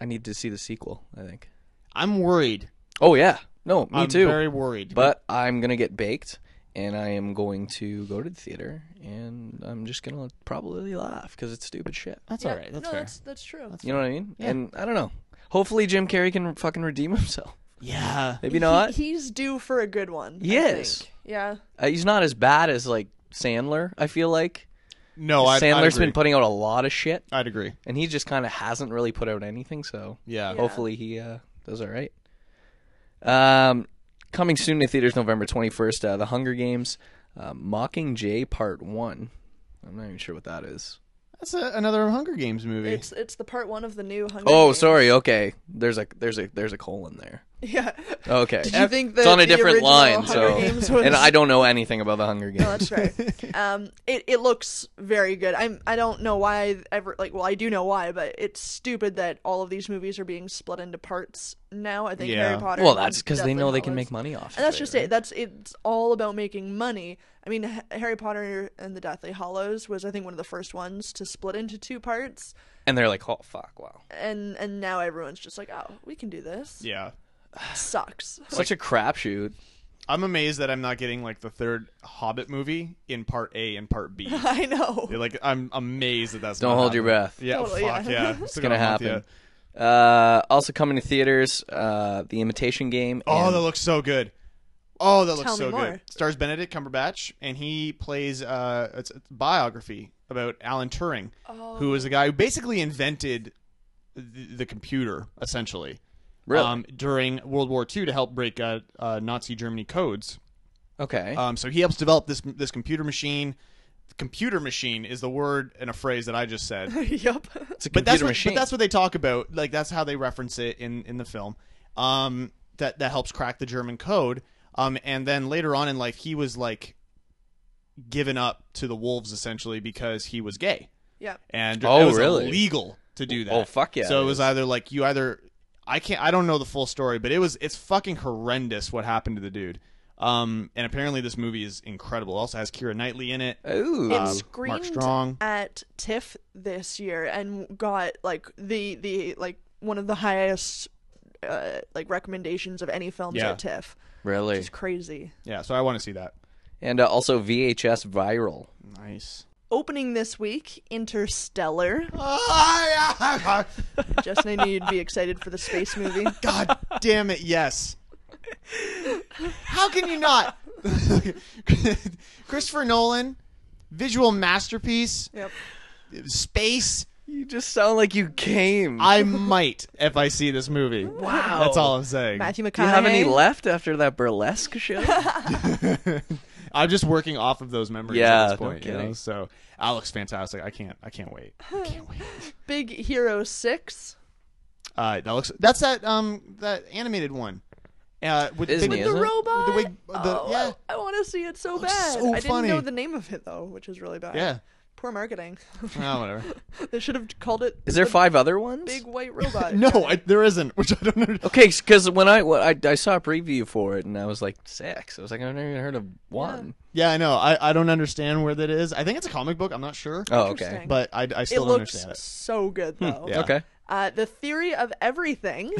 Speaker 5: I need to see the sequel, I think.
Speaker 4: I'm worried.
Speaker 5: Oh, yeah. No, me
Speaker 4: I'm
Speaker 5: too.
Speaker 4: very worried.
Speaker 5: But I'm going to get baked, and I am going to go to the theater, and I'm just going to probably laugh because it's stupid shit.
Speaker 4: that's
Speaker 3: Yeah,
Speaker 4: all right. That's
Speaker 3: no,
Speaker 4: fair.
Speaker 3: that's that's true.
Speaker 5: You know what I mean? And I don't know. Hopefully, Jim Carrey can fucking redeem himself.
Speaker 4: Yeah.
Speaker 5: Maybe not.
Speaker 3: He- he's due for a good one.
Speaker 5: He
Speaker 3: I
Speaker 5: is.
Speaker 3: think. Yeah.
Speaker 5: Uh, he's not as bad as like Sandler. I feel like
Speaker 4: No, Oh, I.
Speaker 5: Sandler's
Speaker 4: Sandler's
Speaker 5: been putting out a lot of shit,
Speaker 4: I'd agree.
Speaker 5: and he just kind of hasn't really put out anything. So
Speaker 4: Yeah.
Speaker 5: hopefully he uh, does all right. Um, coming soon to theaters November twenty first. Uh, the Hunger Games, uh, Mockingjay Part One. I'm not even sure what that is.
Speaker 4: That's a, another Hunger Games movie.
Speaker 3: It's it's the part one of the new Hunger
Speaker 5: Oh,
Speaker 3: Games.
Speaker 5: sorry. Okay, there's a there's a there's a colon there.
Speaker 3: (laughs)
Speaker 5: (laughs)
Speaker 3: Yeah.
Speaker 5: Okay,
Speaker 3: Did you think
Speaker 5: it's
Speaker 3: that
Speaker 5: on a
Speaker 3: the
Speaker 5: different
Speaker 3: original
Speaker 5: line.
Speaker 3: Hunger
Speaker 5: so,
Speaker 3: Games was-
Speaker 5: (laughs) and I don't know anything about the Hunger Games.
Speaker 3: No, (laughs) that's right. um, it, it looks very good. I'm I don't know why I ever like. Well, I do know why, but it's stupid that all of these movies are being split into parts now. I think
Speaker 4: Yeah.
Speaker 3: Harry Potter.
Speaker 5: well,
Speaker 3: was
Speaker 5: that's because they
Speaker 3: definitely
Speaker 5: know they
Speaker 3: not
Speaker 5: can
Speaker 3: one.
Speaker 5: make money off.
Speaker 3: And that's
Speaker 5: it,
Speaker 3: just
Speaker 5: right?
Speaker 3: it. That's it's all about making money. I mean, H- Harry Potter and the Deathly Hollows was I think one of the first ones to split into two parts,
Speaker 5: And they're like, oh fuck, wow.
Speaker 3: and and now everyone's just like, oh, we can do this.
Speaker 4: yeah.
Speaker 3: (laughs) Sucks. (laughs)
Speaker 5: Such a crapshoot.
Speaker 4: I'm amazed that I'm not getting like the third Hobbit movie in part A and part B.
Speaker 5: (laughs)
Speaker 3: I know.
Speaker 4: like I'm amazed that that's
Speaker 5: Don't
Speaker 4: not
Speaker 5: hold your
Speaker 4: happening.
Speaker 5: breath.
Speaker 4: Yeah,
Speaker 3: Totally,
Speaker 4: fuck
Speaker 3: yeah.
Speaker 4: yeah. It's
Speaker 5: It's gonna happen. Uh, also coming to theaters, uh, The Imitation Game.
Speaker 4: Oh,
Speaker 5: and
Speaker 4: that looks so good. Oh, that looks
Speaker 3: Tell me
Speaker 4: so good.
Speaker 3: more.
Speaker 4: Stars Benedict Cumberbatch, and he plays uh, it's a biography about Alan Turing, who was the guy who basically invented the, the computer, essentially,
Speaker 5: Really?
Speaker 4: um, during World War II to help break uh, uh, Nazi Germany codes.
Speaker 5: okay.
Speaker 4: Um, so he helps develop this this computer machine. Computer machine is the word and a phrase that I just
Speaker 5: (laughs)
Speaker 4: said
Speaker 3: (laughs) yep.
Speaker 5: it's a computer
Speaker 4: but that's what,
Speaker 5: machine.
Speaker 4: But that's what they talk about. Like that's how they reference it in in the film. Um, that that helps crack the German code. Um, and then later on in life, he was like given up to the wolves essentially because he was gay,
Speaker 3: yep.
Speaker 4: and
Speaker 5: Oh,
Speaker 4: it was
Speaker 5: really?
Speaker 4: illegal to do that.
Speaker 5: Oh, fuck yeah,
Speaker 4: So
Speaker 5: it
Speaker 4: it was
Speaker 5: is.
Speaker 4: either like you either I can't I don't know the full story, but it was it's fucking horrendous what happened to the dude. Um, and apparently this movie is incredible. It also has Kira Knightley in it.
Speaker 5: Ooh.
Speaker 4: Um,
Speaker 3: It
Speaker 4: Mark
Speaker 3: screened
Speaker 4: Strong.
Speaker 3: at TIFF this year and got like the the like one of the highest uh, like recommendations of any films
Speaker 4: Yeah.
Speaker 3: at TIFF.
Speaker 5: really?
Speaker 3: It's crazy.
Speaker 4: Yeah, so I want to see
Speaker 3: (laughs)
Speaker 4: that.
Speaker 5: And uh, also VHS viral.
Speaker 4: Nice.
Speaker 3: Opening this week, Interstellar.
Speaker 4: Oh, yeah.
Speaker 3: Justin, I knew you'd be excited for the
Speaker 4: (laughs)
Speaker 3: space movie.
Speaker 4: God damn it, yes. How can you not? (laughs) Christopher Nolan, visual masterpiece,
Speaker 3: Yep.
Speaker 4: space.
Speaker 5: You just sound like you came.
Speaker 4: I might if I see this movie. Wow. That's all I'm saying.
Speaker 3: Matthew McConaughey.
Speaker 5: Do you have any left after that burlesque show?
Speaker 4: (laughs) I'm just working off of those memories
Speaker 5: Yeah,
Speaker 4: at this
Speaker 5: no
Speaker 4: point. you know?
Speaker 5: kidding.
Speaker 4: So Alex fantastic. I can't I can't wait. I can't wait.
Speaker 3: Big Hero Six.
Speaker 4: Uh, that looks that's that um that animated one. Uh with
Speaker 5: Disney,
Speaker 4: the,
Speaker 5: isn't it?
Speaker 4: the robot. The wig the,
Speaker 3: Oh,
Speaker 4: yeah. Oh,
Speaker 3: I, want to see it so bad.
Speaker 4: so
Speaker 3: I didn't know
Speaker 4: funny.
Speaker 3: the name of it though, which is really bad.
Speaker 4: Yeah.
Speaker 3: Poor marketing.
Speaker 4: Oh, whatever.
Speaker 3: (laughs)
Speaker 4: (laughs)
Speaker 3: they should have called it
Speaker 5: Is there five other ones?
Speaker 3: Big White
Speaker 4: (laughs)
Speaker 3: Robot.
Speaker 4: No, I, there isn't, (laughs) which I don't know.
Speaker 5: Okay, because when I, when I I saw a preview for it and I was like six, I was like I've never even heard of one.
Speaker 4: Yeah, I know. I, I don't understand where that is. I think it's a comic book. I'm not sure.
Speaker 5: Oh, okay.
Speaker 3: Interesting.
Speaker 4: But I, I
Speaker 3: it
Speaker 4: still don't
Speaker 3: looks
Speaker 4: understand it. Hmm,
Speaker 3: so good though.
Speaker 4: Yeah.
Speaker 5: Okay.
Speaker 3: Uh, the theory of
Speaker 4: (laughs)
Speaker 3: everything.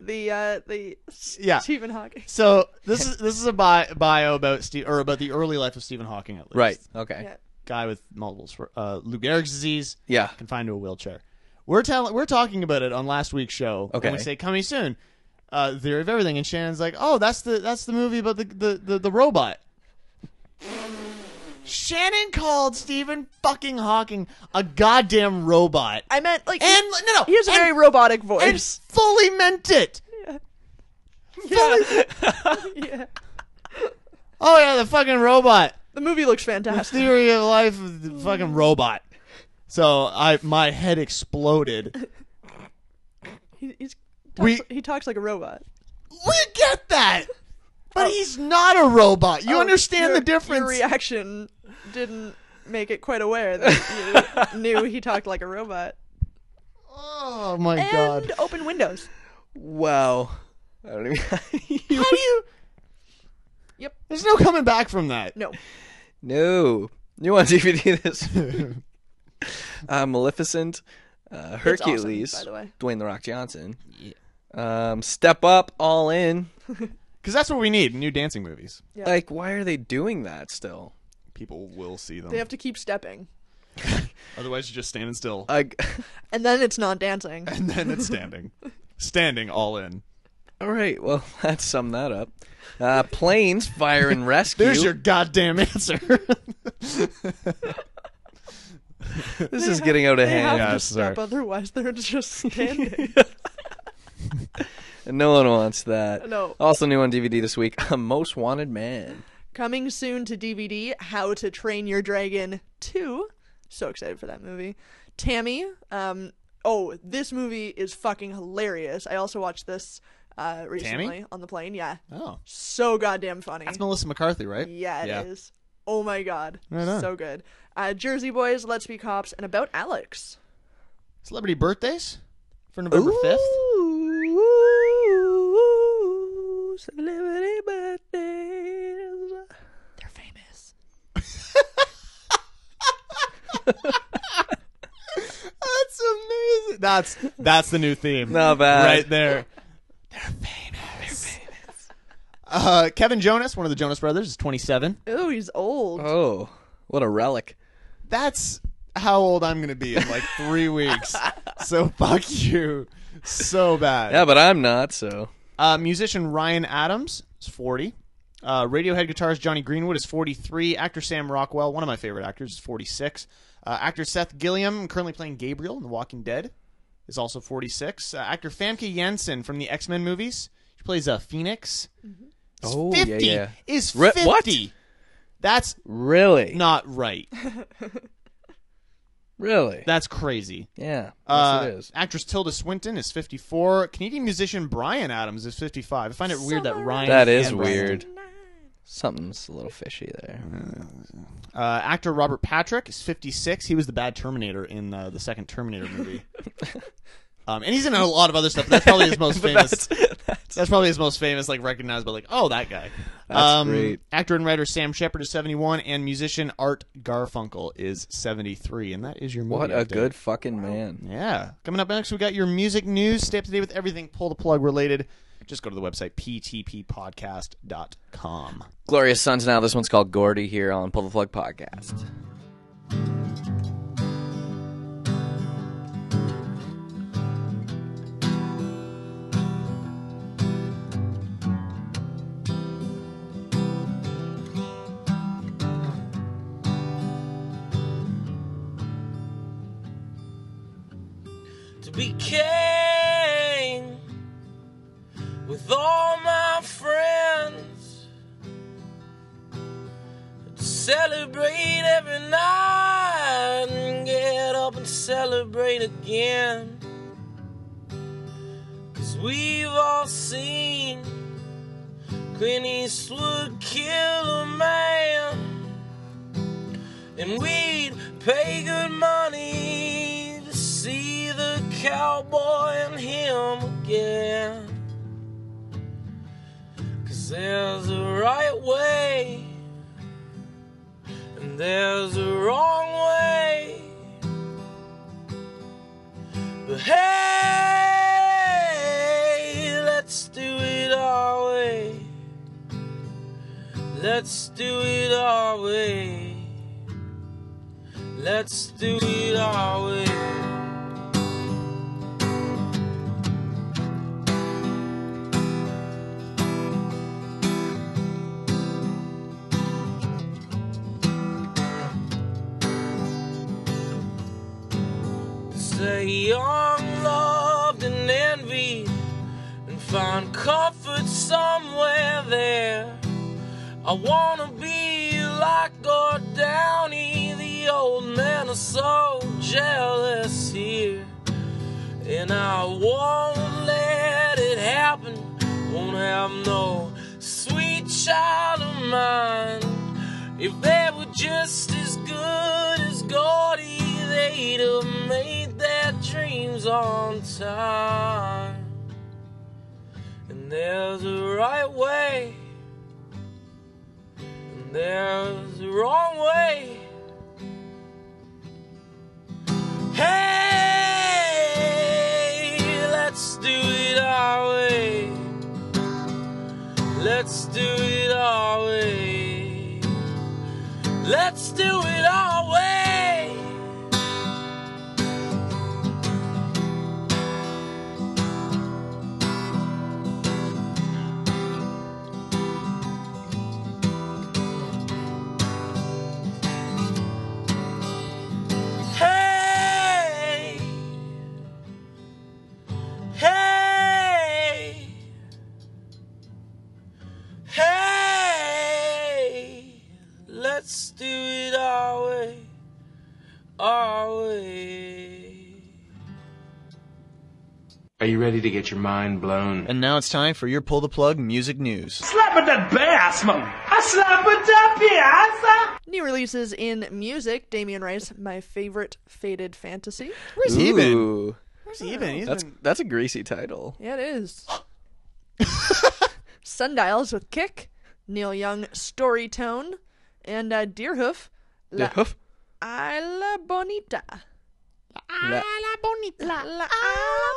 Speaker 3: the uh, the S-
Speaker 4: Yeah.
Speaker 3: Stephen Hawking.
Speaker 4: So this is this is a bi- bio about Steve or about the early life of Stephen Hawking at least.
Speaker 5: Right. Okay.
Speaker 3: Yeah.
Speaker 4: Guy with multiple scler- uh, Lou Gehrig's disease.
Speaker 5: Yeah.
Speaker 4: Confined to a wheelchair. We're telling we're talking about it on last week's show.
Speaker 5: Okay.
Speaker 4: And we say coming soon. Uh, theory of everything, and Shannon's like, "Oh, that's the that's the movie about the the the, the robot." Shannon called Stephen fucking Hawking a goddamn robot.
Speaker 3: I meant like
Speaker 4: And
Speaker 3: he-
Speaker 4: no, no,
Speaker 3: he has a
Speaker 4: and-
Speaker 3: very robotic
Speaker 4: and
Speaker 3: voice.
Speaker 4: fully meant it.
Speaker 3: (laughs) yeah.
Speaker 4: Oh yeah, the fucking robot
Speaker 3: The movie looks fantastic.
Speaker 4: theory of life, of the fucking robot. So I, my head exploded.
Speaker 3: He, he's talks,
Speaker 4: We-
Speaker 3: he talks like a robot.
Speaker 4: We get that, but he's not a robot. You
Speaker 3: Oh,
Speaker 4: understand
Speaker 3: your-
Speaker 4: the difference?
Speaker 3: Your reaction didn't make it quite aware that you (laughs) knew he talked like a robot.
Speaker 4: oh my
Speaker 3: And
Speaker 4: god!
Speaker 3: open windows.
Speaker 5: Wow. I don't even.
Speaker 4: How do you?
Speaker 3: Yep.
Speaker 4: There's no coming back from that.
Speaker 3: No.
Speaker 5: (laughs) no. New on DVD
Speaker 3: (laughs)
Speaker 5: this. uh, Maleficent, uh,
Speaker 3: It's awesome,
Speaker 5: Hercules,
Speaker 3: by the way.
Speaker 5: Dwayne the Rock Johnson. Um, Step Up, All In.
Speaker 4: Because that's what we need: new dancing movies.
Speaker 3: Yeah.
Speaker 5: Like, why are they doing that still?
Speaker 4: People will see them.
Speaker 3: They have to keep stepping.
Speaker 4: Otherwise, you're just standing still,
Speaker 5: I,
Speaker 3: And then it's not
Speaker 4: (laughs)
Speaker 3: dancing.
Speaker 4: and then it's standing, standing all in.
Speaker 5: (laughs) all right. Well, (laughs) let's sum that up. Uh, planes,
Speaker 3: (laughs)
Speaker 5: Fire and Rescue.
Speaker 4: There's your goddamn answer.
Speaker 5: This is getting out of
Speaker 3: They have
Speaker 5: hand.
Speaker 4: Yeah,
Speaker 3: to step,
Speaker 4: sorry.
Speaker 3: otherwise they're
Speaker 4: (laughs)
Speaker 3: just standing.
Speaker 5: And No one wants that.
Speaker 3: No.
Speaker 5: Also new on DVD this week, (laughs) A Most Wanted Man.
Speaker 3: Coming soon to DVD, How to Train Your Dragon 2. So excited for that movie. Tammy, um, oh, this movie is fucking hilarious. I also watched this uh, recently on the plane. Yeah.
Speaker 4: (laughs) oh,
Speaker 3: So goddamn funny.
Speaker 4: that's Melissa McCarthy, right?
Speaker 3: Yeah, it is. Oh my god.
Speaker 4: Right on.
Speaker 3: so good. Uh, Jersey Boys, Let's Be Cops, and About Alex.
Speaker 4: Celebrity birthdays for November fifth.
Speaker 5: Ooh, celebrity birthdays.
Speaker 3: They're famous.
Speaker 4: That's amazing. That's that's the new theme.
Speaker 5: Not bad.
Speaker 4: Right there. They're famous. Uh, Kevin Jonas, one of the Jonas Brothers, is 27.
Speaker 3: Oh, he's old.
Speaker 5: Oh, what a relic.
Speaker 4: That's how old I'm gonna be in like three weeks. So fuck you, so bad.
Speaker 5: Yeah, but I'm not, so.
Speaker 4: Uh, musician Ryan Adams is 40. Uh, Radiohead guitarist Johnny Greenwood is 43. Actor Sam Rockwell, one of my favorite actors, is 46. Uh, actor Seth Gilliam, currently playing Gabriel in The Walking Dead, is also 46. Uh, actor Famke Janssen from the X Men movies, she plays uh, Phoenix. Is
Speaker 5: Oh, yeah,
Speaker 4: 50.
Speaker 5: yeah.
Speaker 4: Is
Speaker 5: Re-
Speaker 4: 50.
Speaker 5: what?
Speaker 4: That's
Speaker 5: Really?
Speaker 4: not right.
Speaker 5: Really?
Speaker 4: That's crazy.
Speaker 5: yeah.
Speaker 4: Uh,
Speaker 5: (laughs) yes, it is.
Speaker 4: Actress Tilda Swinton is 54. Canadian musician Brian Adams is 55. I find it weird that Ryan.
Speaker 5: That is
Speaker 4: and Brian-
Speaker 5: weird. Something's a little fishy there.
Speaker 4: Uh, actor Robert Patrick is 56. He was the bad Terminator in uh, the second Terminator (laughs) movie. um, and he's in a lot of other stuff. But that's probably his most
Speaker 5: But
Speaker 4: famous. (laughs) (laughs) That's,
Speaker 5: that's- that's-
Speaker 4: probably his most famous, like recognized by like, oh, that guy. Um,
Speaker 5: That's great.
Speaker 4: Actor and writer Sam Shepard is 71, and musician Art Garfunkel is 73. And that is your movie.
Speaker 5: what a
Speaker 4: update.
Speaker 5: good fucking man.
Speaker 4: Yeah. Coming up next, we got your music news. Stay up to date with everything pull the plug related. Just go to the website ptppodcast.com.
Speaker 5: Glorious Sons now. This one's called Gordy here on Pull the Plug Podcast.
Speaker 7: to be king with all my friends to celebrate every night and get up and celebrate again cause we've all seen Clint Eastwood kill a man and we'd pay good money to see the cowboy and him again. Cause there's a right way, and there's a wrong way. But hey, let's do it our way. Let's do it our way. Let's do it our way. Say young, loved, and envied, and find comfort somewhere there. I wanna be like Gord Downey, the old man is so jealous here. And I won't let it happen, won't have no sweet child of mine. If they were just as good as Gordy, they'd have made their dreams on time. And there's a right way. And there's a wrong way. Hey, let's do it our way. Let's do it our way. Let's do it our way. Hey, hey, hey, let's do it our way, our way.
Speaker 9: Are you ready to get your mind blown?
Speaker 4: And now it's time for your pull the plug music news.
Speaker 3: New releases in music: Damien Rice, my favorite faded fantasy.
Speaker 4: Where's he been?
Speaker 5: Ooh,
Speaker 4: Where's he been? He's
Speaker 5: that's
Speaker 4: been-
Speaker 5: that's a greasy title.
Speaker 3: Yeah, it is. Sundials with Kick, Neil Young, Storytone, and uh, Deerhoof, La
Speaker 5: Yeah, hoof.
Speaker 3: Isla Bonita.
Speaker 5: La-
Speaker 3: La La Isla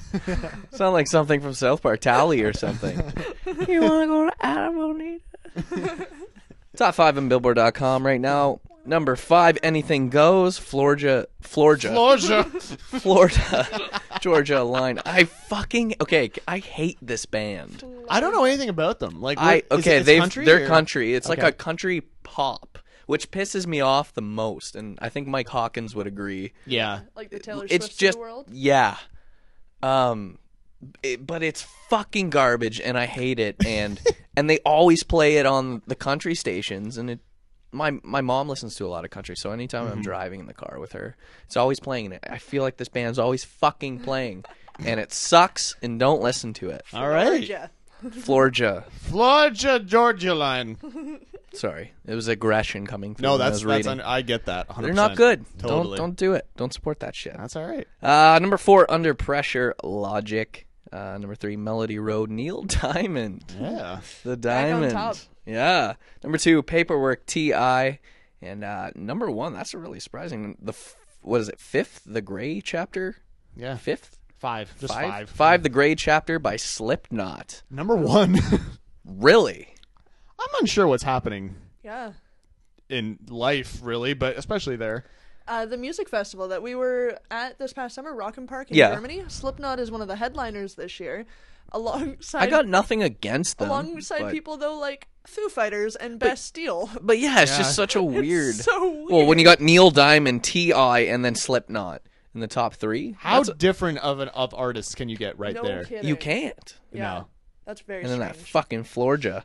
Speaker 3: Bonita.
Speaker 5: (laughs) Sound like something from South Park, Tally
Speaker 4: (laughs)
Speaker 5: or something. you want to go to Adam (laughs) Top five on Billboard.com right now. Number five, Anything Goes. Florgia, Florgia,
Speaker 4: Florgia.
Speaker 5: Florida Georgia Line. I fucking okay. I hate this band.
Speaker 4: (laughs) I don't know anything about them. Like,
Speaker 5: I
Speaker 4: what- is it-
Speaker 5: okay.
Speaker 4: it's
Speaker 5: They
Speaker 4: country
Speaker 5: they're
Speaker 4: or-
Speaker 5: country. It's like
Speaker 4: Okay.
Speaker 5: a country pop, which pisses me off the most. And I think Mike Hawkins would agree.
Speaker 4: Yeah,
Speaker 3: like the Taylor
Speaker 5: it's
Speaker 3: Swift of
Speaker 5: just
Speaker 3: the world.
Speaker 5: yeah um it- but it's fucking garbage and i hate it
Speaker 3: (laughs)
Speaker 5: and and they always play it on the country stations and it my my mom listens to a lot of country so anytime
Speaker 1: Mm-hmm.
Speaker 5: i'm driving in the car with her it's always playing it i feel like this band's always fucking playing and it sucks and don't listen to it
Speaker 4: all right.
Speaker 3: Yeah.
Speaker 5: florgia
Speaker 4: Florida Georgia Line.
Speaker 5: sorry it was aggression coming from
Speaker 1: No,
Speaker 5: when I
Speaker 1: that's
Speaker 5: was
Speaker 1: that's.
Speaker 5: reading.
Speaker 1: Un- I get that. 100%.
Speaker 5: they're not good
Speaker 1: Totally.
Speaker 5: don't don't do it don't support that shit
Speaker 4: That's all right.
Speaker 5: Uh, number four, Under Pressure, Logic. Uh, number three, Melody Road, Neil (laughs) Diamond.
Speaker 4: Yeah.
Speaker 5: The
Speaker 3: Back on
Speaker 5: Diamond.
Speaker 3: top.
Speaker 5: Yeah. Number two, Paperwork, T.I. And uh, number one, that's really surprising. The f- what is it? Fifth, The Gray Chapter.
Speaker 4: Yeah.
Speaker 5: Fifth,
Speaker 4: Five. Just
Speaker 5: five,
Speaker 4: five.
Speaker 5: Five, The Gray Chapter by Slipknot.
Speaker 4: Number one. (laughs)
Speaker 5: Really?
Speaker 4: I'm unsure what's happening
Speaker 3: Yeah.
Speaker 4: in life, really, but especially there.
Speaker 3: Uh, the music festival that we were at this past summer, Rock and Park in
Speaker 5: Yeah.
Speaker 3: Germany. Slipknot is one of the headliners this year, alongside
Speaker 5: I got nothing against them.
Speaker 3: alongside
Speaker 5: but-
Speaker 3: people though like Foo Fighters and Bastille. (laughs)
Speaker 5: But yeah, it's just such a weird.
Speaker 3: so weird.
Speaker 5: Well, when you got Neil Diamond, T.I., and then Slipknot in the top three,
Speaker 4: How
Speaker 5: that's-
Speaker 4: different of an of artists can you get right
Speaker 3: no
Speaker 4: there?
Speaker 3: kidding.
Speaker 5: you can't.
Speaker 3: Yeah.
Speaker 4: No.
Speaker 3: That's very
Speaker 5: And then
Speaker 3: strange.
Speaker 5: that fucking Florgia.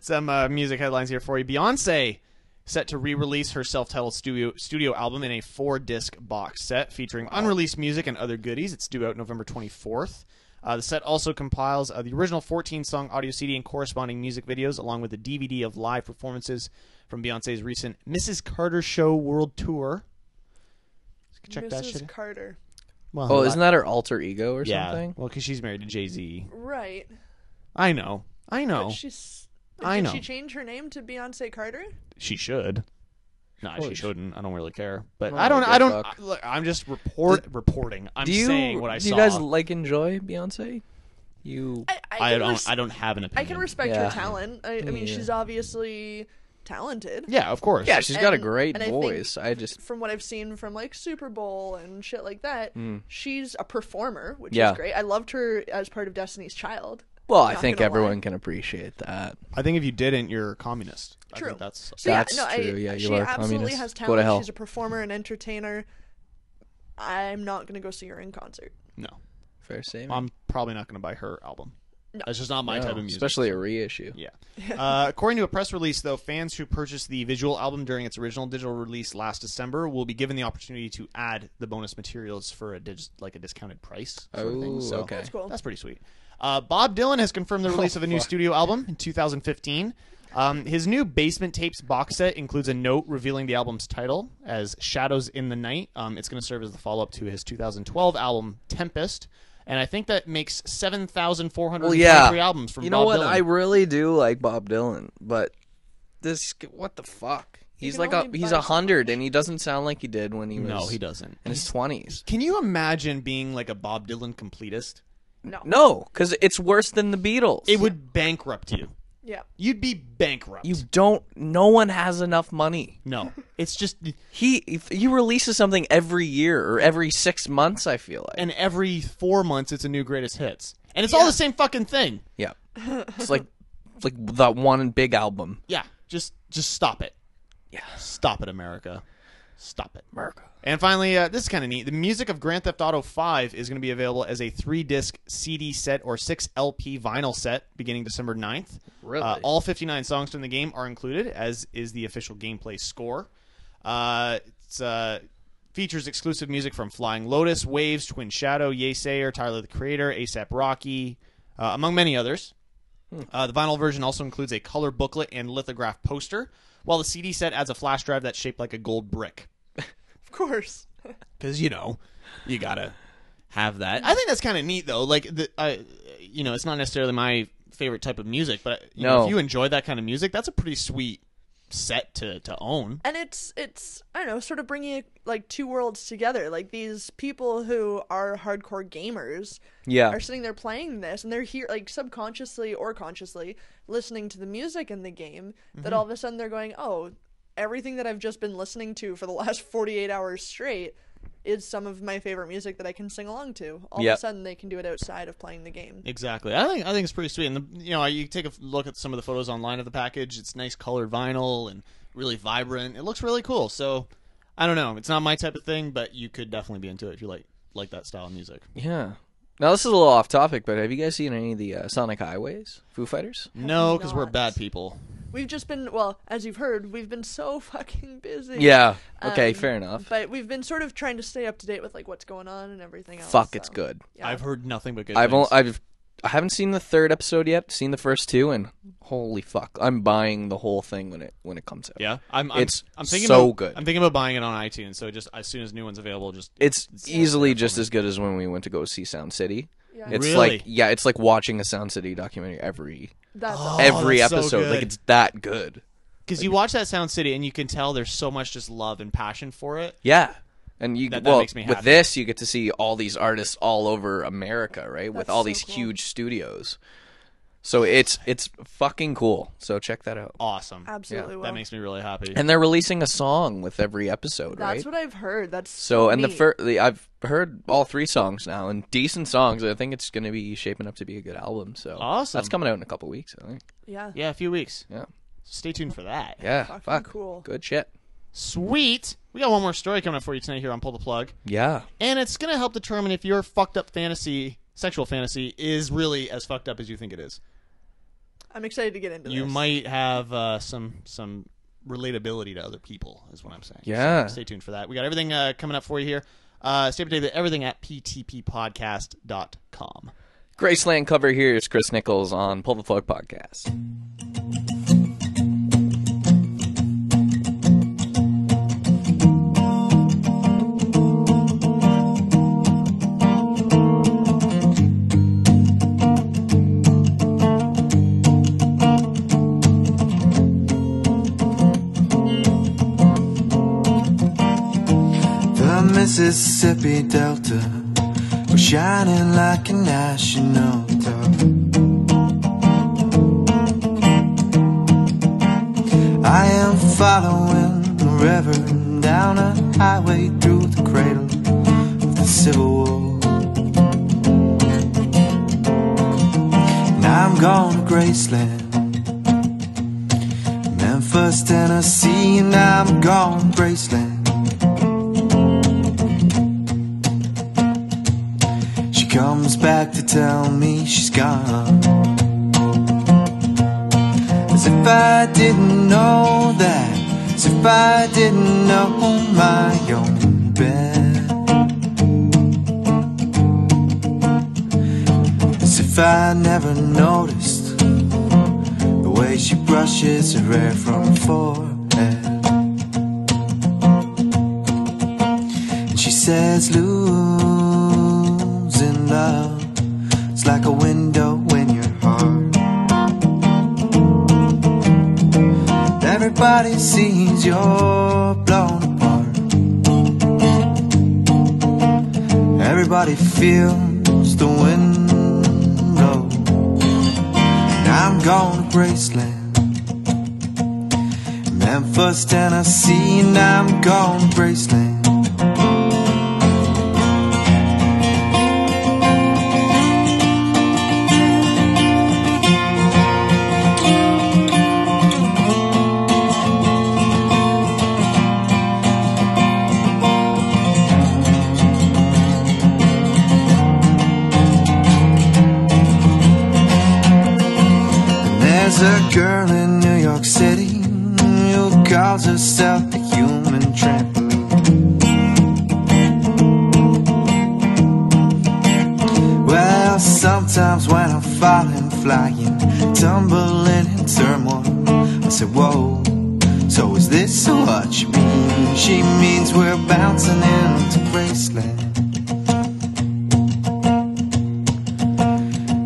Speaker 4: Some uh, music headlines here for you. Beyonce set to re-release her self-titled studio studio album in a four-disc box set featuring unreleased music and other goodies. It's due out November 24th. Uh, the set also compiles uh, the original 14-song audio CD and corresponding music videos, along with a DVD of live performances from Beyonce's recent Mrs. Carter Show World Tour. Check
Speaker 3: Mrs.
Speaker 4: that shit. out.
Speaker 3: Carter.
Speaker 4: Well,
Speaker 5: Oh,
Speaker 4: her
Speaker 5: isn't that her alter ego or
Speaker 4: Yeah.
Speaker 5: something?
Speaker 4: Well, because she's married to Jay Z.
Speaker 3: Right.
Speaker 4: I know. I know. She,
Speaker 3: She's
Speaker 4: I
Speaker 3: did
Speaker 4: know.
Speaker 3: she change her name to Beyonce Carter?
Speaker 4: should. No, she
Speaker 5: course.
Speaker 4: shouldn't. I don't really care. But
Speaker 5: don't
Speaker 4: I don't.
Speaker 5: really
Speaker 4: I
Speaker 5: give a
Speaker 4: don't. I,
Speaker 5: fuck.
Speaker 4: look, I'm just report reporting. I'm
Speaker 5: do you
Speaker 4: saying what I
Speaker 5: do
Speaker 4: saw.
Speaker 5: you guys like enjoy Beyonce? You
Speaker 3: I, I,
Speaker 4: I
Speaker 3: can
Speaker 4: don't.
Speaker 3: res-
Speaker 4: I don't have an opinion.
Speaker 3: I can respect
Speaker 5: Yeah.
Speaker 3: her talent. I, I mean, she's obviously talented.
Speaker 4: Yeah, of course.
Speaker 5: yeah, she's got a
Speaker 3: And-
Speaker 5: great
Speaker 3: and I think-
Speaker 5: voice. I, just
Speaker 3: From what I've seen from like Super Bowl and shit like that, she's a performer, which
Speaker 5: Hmm. Yeah.
Speaker 3: is great. I loved her as part of Destiny's Child.
Speaker 5: well, I
Speaker 3: Not
Speaker 5: think
Speaker 3: gonna
Speaker 5: everyone
Speaker 3: lie.
Speaker 5: can appreciate that.
Speaker 4: I think if you didn't, you're a communist. I
Speaker 3: True.
Speaker 4: think that's.
Speaker 3: So
Speaker 5: That's
Speaker 3: yeah, no, I,
Speaker 5: true. Yeah, you
Speaker 3: she
Speaker 5: are a
Speaker 3: absolutely
Speaker 5: communist.
Speaker 3: has
Speaker 5: Go to
Speaker 3: talent.
Speaker 5: hell.
Speaker 3: She's a performer and entertainer. I'm not gonna go see her in concert.
Speaker 4: No,
Speaker 5: Fair statement.
Speaker 4: I'm probably not going to buy her album. That's just not my
Speaker 5: No,
Speaker 4: type of music.
Speaker 5: especially a reissue. (laughs)
Speaker 4: Yeah. Uh, according to a press release, though, fans who purchased the visual album during its original digital release last December will be given the opportunity to add the bonus materials for a dig- like a discounted price. Sort of
Speaker 5: Oh,
Speaker 4: thing. So
Speaker 5: okay. That's
Speaker 3: cool.
Speaker 4: That's pretty sweet. Uh, Bob Dylan has confirmed
Speaker 5: Oh,
Speaker 4: the release of a new studio album in 2015. Um, his new Basement Tapes box set includes a note revealing the album's title as Shadows in the Night. Um, it's going to serve as the follow up to his 2012 album Tempest. And I think that makes 7,423 albums from
Speaker 5: you
Speaker 4: Bob
Speaker 5: know what?
Speaker 4: Dylan.
Speaker 5: I really do like Bob Dylan, but this what the fuck? He's
Speaker 3: can
Speaker 5: like a
Speaker 3: only
Speaker 5: he's
Speaker 3: buy
Speaker 5: a
Speaker 3: so
Speaker 5: hundred, and he doesn't sound like he did when he was
Speaker 4: No, he doesn't.
Speaker 5: in his twenties.
Speaker 4: Can you imagine being like a Bob Dylan completist?
Speaker 5: No, because it's worse than the Beatles.
Speaker 4: It would bankrupt you.
Speaker 3: Yeah,
Speaker 4: You'd be bankrupt.
Speaker 5: You don't. No one has enough money.
Speaker 4: no. It's just
Speaker 5: He if he releases something every year or every six months. I feel like.
Speaker 4: and every 4 months it's a new greatest hits. And it's all the same fucking thing.
Speaker 5: yeah, it's like it's like that one big album.
Speaker 4: Yeah. Just just stop it.
Speaker 5: Yeah.
Speaker 4: Stop it America. Stop it.
Speaker 5: America.
Speaker 4: And finally, uh, this is kind of neat. The music of Grand Theft Auto 5 is going to be available as a three disc CD set or six LP vinyl set beginning December 9th.
Speaker 5: Really?
Speaker 4: Uh, all 59 songs from the game are included, as is the official gameplay score. Uh, it's. Uh, Features exclusive music from Flying Lotus, Waves, Twin Shadow, Yesayer, Tyler the Creator, ASAP Rocky, uh, among many others.
Speaker 3: Hmm.
Speaker 4: Uh, the vinyl version also includes a color booklet and lithograph poster, while the CD set adds a flash drive that's shaped like a gold brick
Speaker 3: (laughs) of course. (laughs)
Speaker 4: because you know you gotta have that. I think that's kind of neat though. Like the, I, you know, it's not necessarily my favorite type of music, but you know,
Speaker 5: No.
Speaker 4: if you enjoy that kind of music, that's a pretty sweet set to to own.
Speaker 3: and it's it's I don't know, sort of bringing like two worlds together. Like these people who are hardcore gamers
Speaker 5: Yeah.
Speaker 3: are sitting there playing this, and they're here like subconsciously or consciously listening to the music in the game.
Speaker 5: Mm-hmm.
Speaker 3: That (laughs) all of a sudden they're going, oh, everything that I've just been listening to for the last forty eight hours straight is some of my favorite music that I can sing along to. All
Speaker 5: Yep.
Speaker 3: of a sudden, they can do it outside of playing the game.
Speaker 4: Exactly. I think I think it's pretty sweet. And the, you know, you take a look at some of the photos online of the package. It's nice colored vinyl and really vibrant. It looks really cool. So I don't know. It's not my type of thing, but you could definitely be into it if you like like that style of music.
Speaker 5: Yeah. Now this is a little off topic, but have you guys seen any of the uh, Sonic Highways? Foo Fighters?
Speaker 4: No, because we're
Speaker 3: not.
Speaker 4: bad people.
Speaker 3: We've just been, well, as you've heard, we've been so (laughs) fucking busy.
Speaker 5: Yeah. Okay,
Speaker 3: Um,
Speaker 5: fair enough.
Speaker 3: But we've been sort of trying to stay up to date with like what's going on and everything else.
Speaker 5: Fuck,
Speaker 3: so.
Speaker 5: it's good.
Speaker 3: Yeah.
Speaker 4: I've heard nothing but good.
Speaker 5: I've
Speaker 4: things.
Speaker 5: only, I've I haven't seen the third episode yet. Seen the first two, and holy fuck, I'm buying the whole thing when it when it comes out.
Speaker 4: yeah. I'm, I'm
Speaker 5: It's
Speaker 4: I'm thinking
Speaker 5: so
Speaker 4: about,
Speaker 5: good.
Speaker 4: I'm thinking about buying it on iTunes. So just as soon as new one's available, just
Speaker 5: it's easily just as good as when we went to go see Sound City.
Speaker 3: Yeah.
Speaker 5: It's
Speaker 4: Really?
Speaker 5: like yeah, it's like watching a Sound City documentary every (gasps)
Speaker 3: That's
Speaker 4: Oh,
Speaker 5: every
Speaker 4: that's so
Speaker 5: episode. like
Speaker 4: good.
Speaker 5: it's that good.
Speaker 4: because you watch that Sound City and you can tell there's so much just love and passion for it.
Speaker 5: Yeah. And you
Speaker 4: That- that
Speaker 5: well
Speaker 4: makes me
Speaker 5: with
Speaker 4: happy.
Speaker 5: this you get to see all these artists all over America, right? with
Speaker 3: That's
Speaker 5: all
Speaker 3: so
Speaker 5: these
Speaker 3: cool.
Speaker 5: huge studios. So it's it's fucking cool. So check that out.
Speaker 4: Awesome.
Speaker 3: absolutely well.
Speaker 4: That makes me really happy.
Speaker 5: And they're releasing a song with every episode,
Speaker 3: That's
Speaker 5: right?
Speaker 3: what I've heard. That's
Speaker 5: so and the
Speaker 3: neat.
Speaker 5: first I've heard all three songs now and decent songs. I think it's going to be shaping up to be a good album. So
Speaker 4: Awesome.
Speaker 5: That's coming out in a couple weeks, I think.
Speaker 3: yeah,
Speaker 4: yeah, a few weeks.
Speaker 5: Yeah.
Speaker 4: Stay tuned for that.
Speaker 5: Yeah,
Speaker 3: Fucking
Speaker 5: fuck.
Speaker 3: cool.
Speaker 5: Good shit.
Speaker 4: Sweet. We got one more story coming up for you tonight here on Pull the Plug.
Speaker 5: Yeah.
Speaker 4: And it's going to help determine if your fucked up fantasy, sexual fantasy, is really as fucked up as you think it is.
Speaker 3: I'm excited to get into
Speaker 4: You
Speaker 3: this.
Speaker 4: might have uh, some some relatability to other people, is what I'm saying.
Speaker 5: Yeah.
Speaker 4: So stay tuned for that. We got everything uh, coming up for you here. Uh, stay up to date with everything at ptppodcast.com.
Speaker 5: Graceland cover here is Chris Nichols on Pull the Plug Podcast.
Speaker 10: The Mississippi Delta was shining like a national dog. I am following the river down a highway through the cradle of the Civil War. And I'm going to Graceland, Memphis, Tennessee, and I'm going to Graceland. She comes back to tell me she's gone. As if I didn't know that. As if I didn't know my own bed. As if I never noticed the way she brushes her hair from her forehead. And she says, Losing love It's like a window in your heart. Everybody sees you're blown apart. Everybody feels the window. And I'm going to Graceland. Memphis, Tennessee, and I'm going to Graceland. There's a girl in New York City who calls herself a human trampoline. Well, sometimes when I'm falling, flying, tumbling in turmoil, I say, Whoa, so is this what she means? She means we're bouncing into Graceland.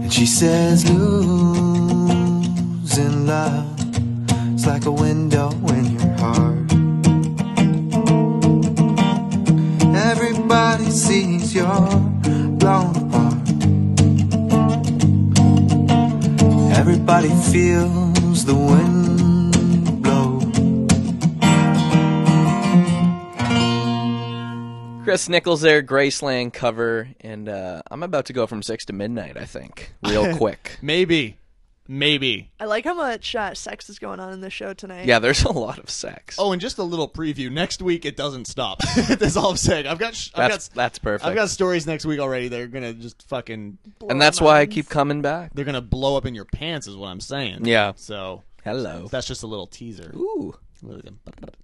Speaker 10: And she says, Losing love It's like a window in your heart. Everybody sees you're blown apart. Everybody feels the wind blow.
Speaker 5: Chris Nichols there, Graceland cover, and uh, I'm about to go from six to midnight. I think
Speaker 4: (laughs)
Speaker 5: real quick.
Speaker 4: Maybe. Maybe.
Speaker 3: I like how much uh, sex is going on in this show tonight.
Speaker 5: Yeah, there's a lot of sex.
Speaker 4: Oh, and just a little preview. Next week, it doesn't stop. (laughs) That's all I'm saying. I've got, sh- I've
Speaker 5: that's
Speaker 4: got,
Speaker 5: that's perfect.
Speaker 4: I've got stories next week already. They're gonna just fucking,
Speaker 5: and that's why I keep coming back.
Speaker 4: they're gonna blow up in your pants, is what I'm saying.
Speaker 5: Yeah.
Speaker 4: So
Speaker 5: Hello.
Speaker 4: that's just a little teaser.
Speaker 5: Ooh.
Speaker 4: little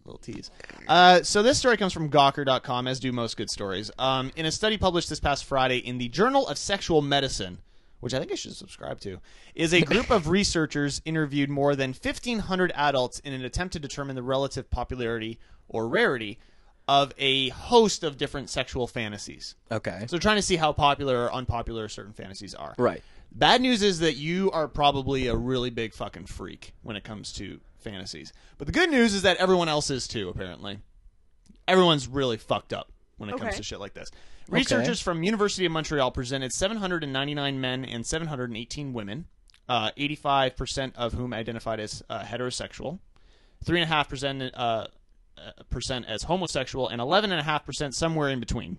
Speaker 4: little tease. Uh, so this story comes from Gawker.com, as do most good stories. Um, in a study published this past Friday in the Journal of Sexual Medicine, which I think I should subscribe to, is a group of researchers interviewed more than 1,500 adults in an attempt to determine the relative popularity or rarity of a host of different sexual fantasies.
Speaker 5: Okay.
Speaker 4: So they're trying to see how popular or unpopular certain fantasies are.
Speaker 5: Right.
Speaker 4: Bad news is that you are probably a really big fucking freak when it comes to fantasies. But the good news is that everyone else is too, apparently. Everyone's really fucked up when it comes
Speaker 3: Okay.
Speaker 4: to shit like this. Researchers from University of Montreal presented 799 men and 718 women, uh, 85% of whom identified as uh, heterosexual, 3.5% uh, uh, percent as homosexual, and 11.5% somewhere in between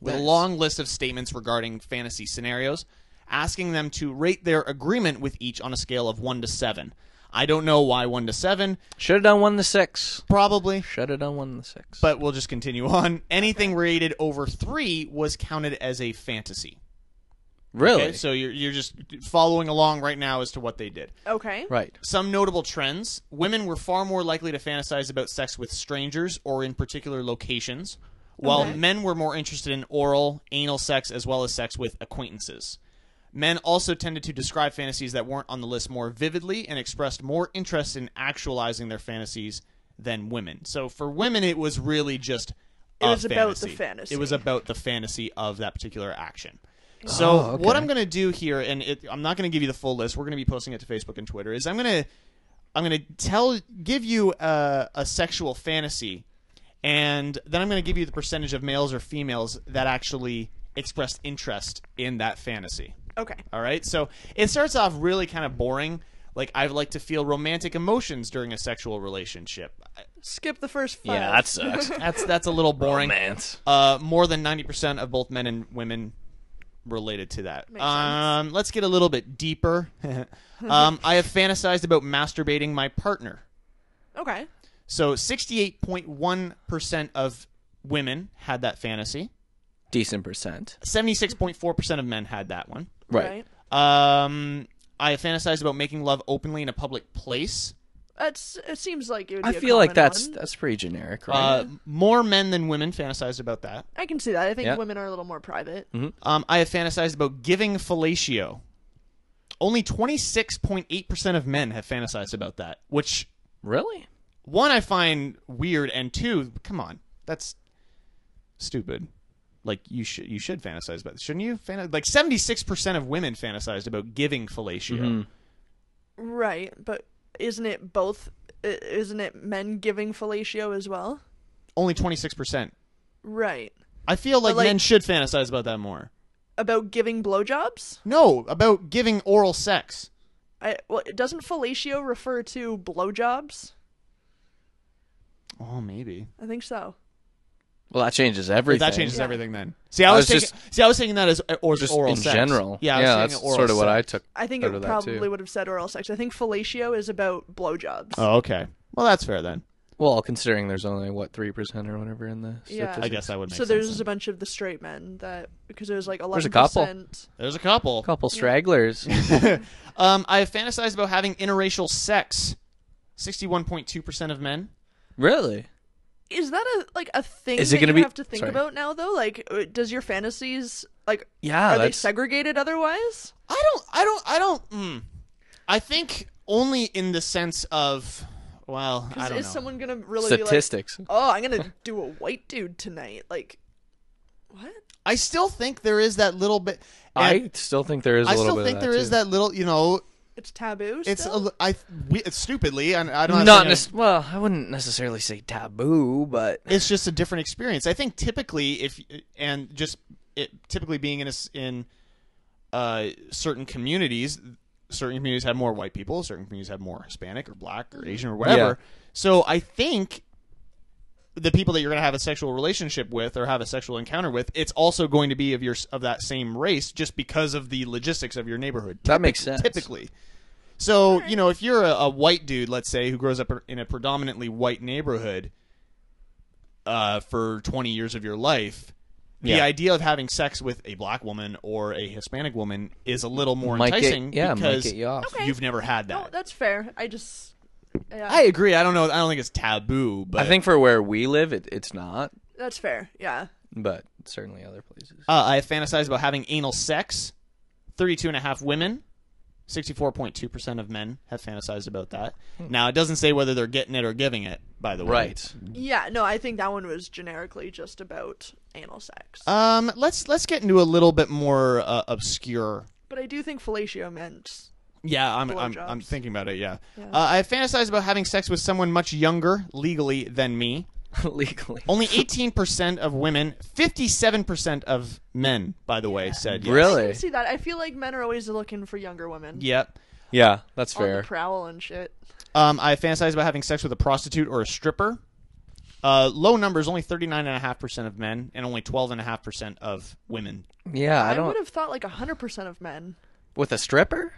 Speaker 4: with a long list of statements regarding fantasy scenarios, asking them to rate their agreement with each on a scale of 1 to 7. I don't know why 1 to 7,
Speaker 5: Should have done one to six.
Speaker 4: probably,
Speaker 5: Should have done one to six.
Speaker 4: but we'll just continue on. Anything rated over 3 was counted as a fantasy.
Speaker 5: really?
Speaker 4: Okay, so you're, you're just following along right now as to what they did.
Speaker 3: Okay.
Speaker 5: right.
Speaker 4: Some notable trends women were far more likely to fantasize about sex with strangers or in particular locations, while
Speaker 3: Okay.
Speaker 4: men were more interested in oral, anal sex, as well as sex with acquaintances. Men also tended to describe fantasies that weren't on the list more vividly and expressed more interest in actualizing their fantasies than women. So for women, it was really just.
Speaker 3: It
Speaker 4: a
Speaker 3: was about the fantasy. Oh,
Speaker 4: It was about the fantasy of that particular action. So what I'm going to do here, and it, I'm not going to give you the full list. We're going to be posting it to Facebook and Twitter. Is I'm going to I'm going to tell give you a, a sexual fantasy, and then I'm going to give you the percentage of males or females that actually expressed interest in that fantasy.
Speaker 3: Okay.
Speaker 4: All right. So it starts off really kind of boring. Like I like to feel romantic emotions during a sexual relationship.
Speaker 3: Skip the first five.
Speaker 5: Yeah, that sucks.
Speaker 4: That's that's a little boring.
Speaker 5: Romance.
Speaker 4: Uh, more than ninety percent of both men and women related to that.
Speaker 3: Makes sense.
Speaker 4: Um, let's get a little bit deeper. (laughs) um, I have fantasized about masturbating my partner.
Speaker 3: okay.
Speaker 4: So sixty-eight point one percent of women had that fantasy.
Speaker 5: Decent percent.
Speaker 4: Seventy-six point four percent of men had that one.
Speaker 5: Right.
Speaker 4: Um, I have fantasized about making love openly in a public place.
Speaker 3: That's. It seems like it would. Be
Speaker 5: I
Speaker 3: a
Speaker 5: feel like
Speaker 3: common
Speaker 5: that's
Speaker 3: one.
Speaker 5: that's pretty generic, right?
Speaker 4: Uh, more men than women fantasized about that.
Speaker 3: I can see that. I think
Speaker 5: Yeah. Mm-hmm.
Speaker 3: women are a little more private.
Speaker 4: Um, I have fantasized about giving fellatio. Only 26.8% of men have fantasized about that, which,
Speaker 5: really?
Speaker 4: one, I find weird, and two, come on, that's stupid. Like you should you should fantasize about this, shouldn't you? Fanta- like seventy six percent of women fantasized about giving fellatio.
Speaker 3: Right, but isn't it both? i- Isn't it men giving fellatio as well?
Speaker 4: Only twenty six percent.
Speaker 3: Right.
Speaker 4: I feel like,
Speaker 3: like-
Speaker 4: men should fantasize about that more.
Speaker 3: About giving blowjobs?
Speaker 4: No, about giving oral sex.
Speaker 3: I well, doesn't fellatio refer to blowjobs?
Speaker 4: Oh, maybe.
Speaker 3: I think so.
Speaker 5: Well, that changes everything.
Speaker 4: That changes
Speaker 3: Yeah.
Speaker 4: everything then. See, I was,
Speaker 5: was
Speaker 4: thinking, see, I was thinking that as uh, or
Speaker 5: Just
Speaker 4: oral
Speaker 5: in
Speaker 4: sex.
Speaker 5: general.
Speaker 4: Yeah, I was thinking
Speaker 5: that's
Speaker 4: oral
Speaker 5: sort of what I
Speaker 4: sex.
Speaker 5: took.
Speaker 3: I think
Speaker 5: out
Speaker 3: it
Speaker 5: of that,
Speaker 3: probably
Speaker 5: too.
Speaker 3: would have said oral sex. I think fellatio is about blowjobs.
Speaker 4: Oh, okay. Well, that's fair then.
Speaker 5: Well, considering there's only what three percent or whatever in the
Speaker 3: Yeah.
Speaker 5: statistics.
Speaker 4: I guess that would make
Speaker 3: so
Speaker 4: sense.
Speaker 3: there's just a bunch of the straight men that because it was like
Speaker 5: There's a
Speaker 3: eleven
Speaker 5: couple.
Speaker 3: percent.
Speaker 4: There's a couple. (laughs)
Speaker 5: couple stragglers.
Speaker 4: Um, I have fantasized about having interracial sex. Sixty-one point two percent of men.
Speaker 5: really?
Speaker 3: Is that a like a thing
Speaker 5: Is it
Speaker 3: that
Speaker 5: gonna
Speaker 3: you
Speaker 5: be-
Speaker 3: have to think
Speaker 5: sorry.
Speaker 3: about now though? Like, uh, does your fantasies like
Speaker 5: Yeah,
Speaker 3: are they
Speaker 5: Ah, that's-
Speaker 3: segregated otherwise?
Speaker 4: I don't. I don't. I don't. Mm, I think only in the sense of. Well, I don't
Speaker 3: Is
Speaker 4: know.
Speaker 3: someone gonna really
Speaker 5: Statistics.
Speaker 3: be like, oh, I'm gonna do a white dude tonight? Like, what?
Speaker 4: I still think there is that little bit.
Speaker 5: I
Speaker 4: and
Speaker 5: still think there is. a
Speaker 4: I
Speaker 5: little
Speaker 4: still
Speaker 5: bit
Speaker 4: think
Speaker 5: of
Speaker 4: there
Speaker 5: too.
Speaker 4: is that little. You know,
Speaker 3: It's taboo.
Speaker 4: it's
Speaker 3: still?
Speaker 4: a, I we, it's stupidly. and I don't. saying
Speaker 5: Not
Speaker 4: I-
Speaker 5: nec- well. I wouldn't necessarily say taboo,
Speaker 4: (laughs)
Speaker 5: but
Speaker 4: it's just a different experience. I think typically, if and just it, typically being in a s in uh, certain communities, certain communities have more white people, certain communities have more Hispanic or Black or Asian or whatever. So I think the people that you're going to have a sexual relationship with or have a sexual encounter with, it's also going to be of your of that same race just because of the logistics of your neighborhood.
Speaker 5: That makes sense.
Speaker 4: Typically. So, you know, if you're a, a white dude, let's say, who grows up er, in a predominantly white neighborhood uh, for 20 years of your life, the
Speaker 5: Yeah.
Speaker 4: idea of having sex with a black woman or a Hispanic woman is a little more
Speaker 5: Might get-
Speaker 4: enticing
Speaker 5: yeah, might
Speaker 4: because
Speaker 5: get you off.
Speaker 3: Okay.
Speaker 4: you've never had that.
Speaker 3: No, that's fair. I just. Yeah,
Speaker 4: I agree. I don't know. I don't think it's taboo, but
Speaker 5: I think for where we live, it, it's not,
Speaker 3: that's fair. Yeah.
Speaker 5: but certainly other places.
Speaker 4: Uh, I fantasize about having anal sex. 32 and a half women, 64.2% of men have fantasized about that. Now, it doesn't say whether they're getting it or giving it, by the way.
Speaker 5: Hmm. Right.
Speaker 3: Yeah. No, I think that one was generically just about anal sex.
Speaker 4: Um, let's let's get into a little bit more uh, obscure.
Speaker 3: but I do think fellatio meant.
Speaker 4: Yeah, I'm I'm, I'm
Speaker 3: Blowjobs.
Speaker 4: thinking about it. Yeah, Uh, I fantasize about having sex with someone much younger legally than me.
Speaker 5: (laughs) Legally.
Speaker 3: (laughs)
Speaker 4: Only 18% of women, 57% of men, by the way, said yes.
Speaker 3: I
Speaker 5: (laughs) Really?
Speaker 3: see that. I feel like men are always looking for younger women.
Speaker 4: Yep.
Speaker 5: Yeah, that's
Speaker 3: On the
Speaker 5: fair.
Speaker 3: prowl and shit.
Speaker 4: Um, I fantasize about having sex with a prostitute or a stripper. Uh, low numbers, only 39.5% of men and only 12.5% of women.
Speaker 5: Yeah, I
Speaker 3: I, would
Speaker 5: don't.
Speaker 3: have thought like hundred percent of men.
Speaker 5: With a stripper?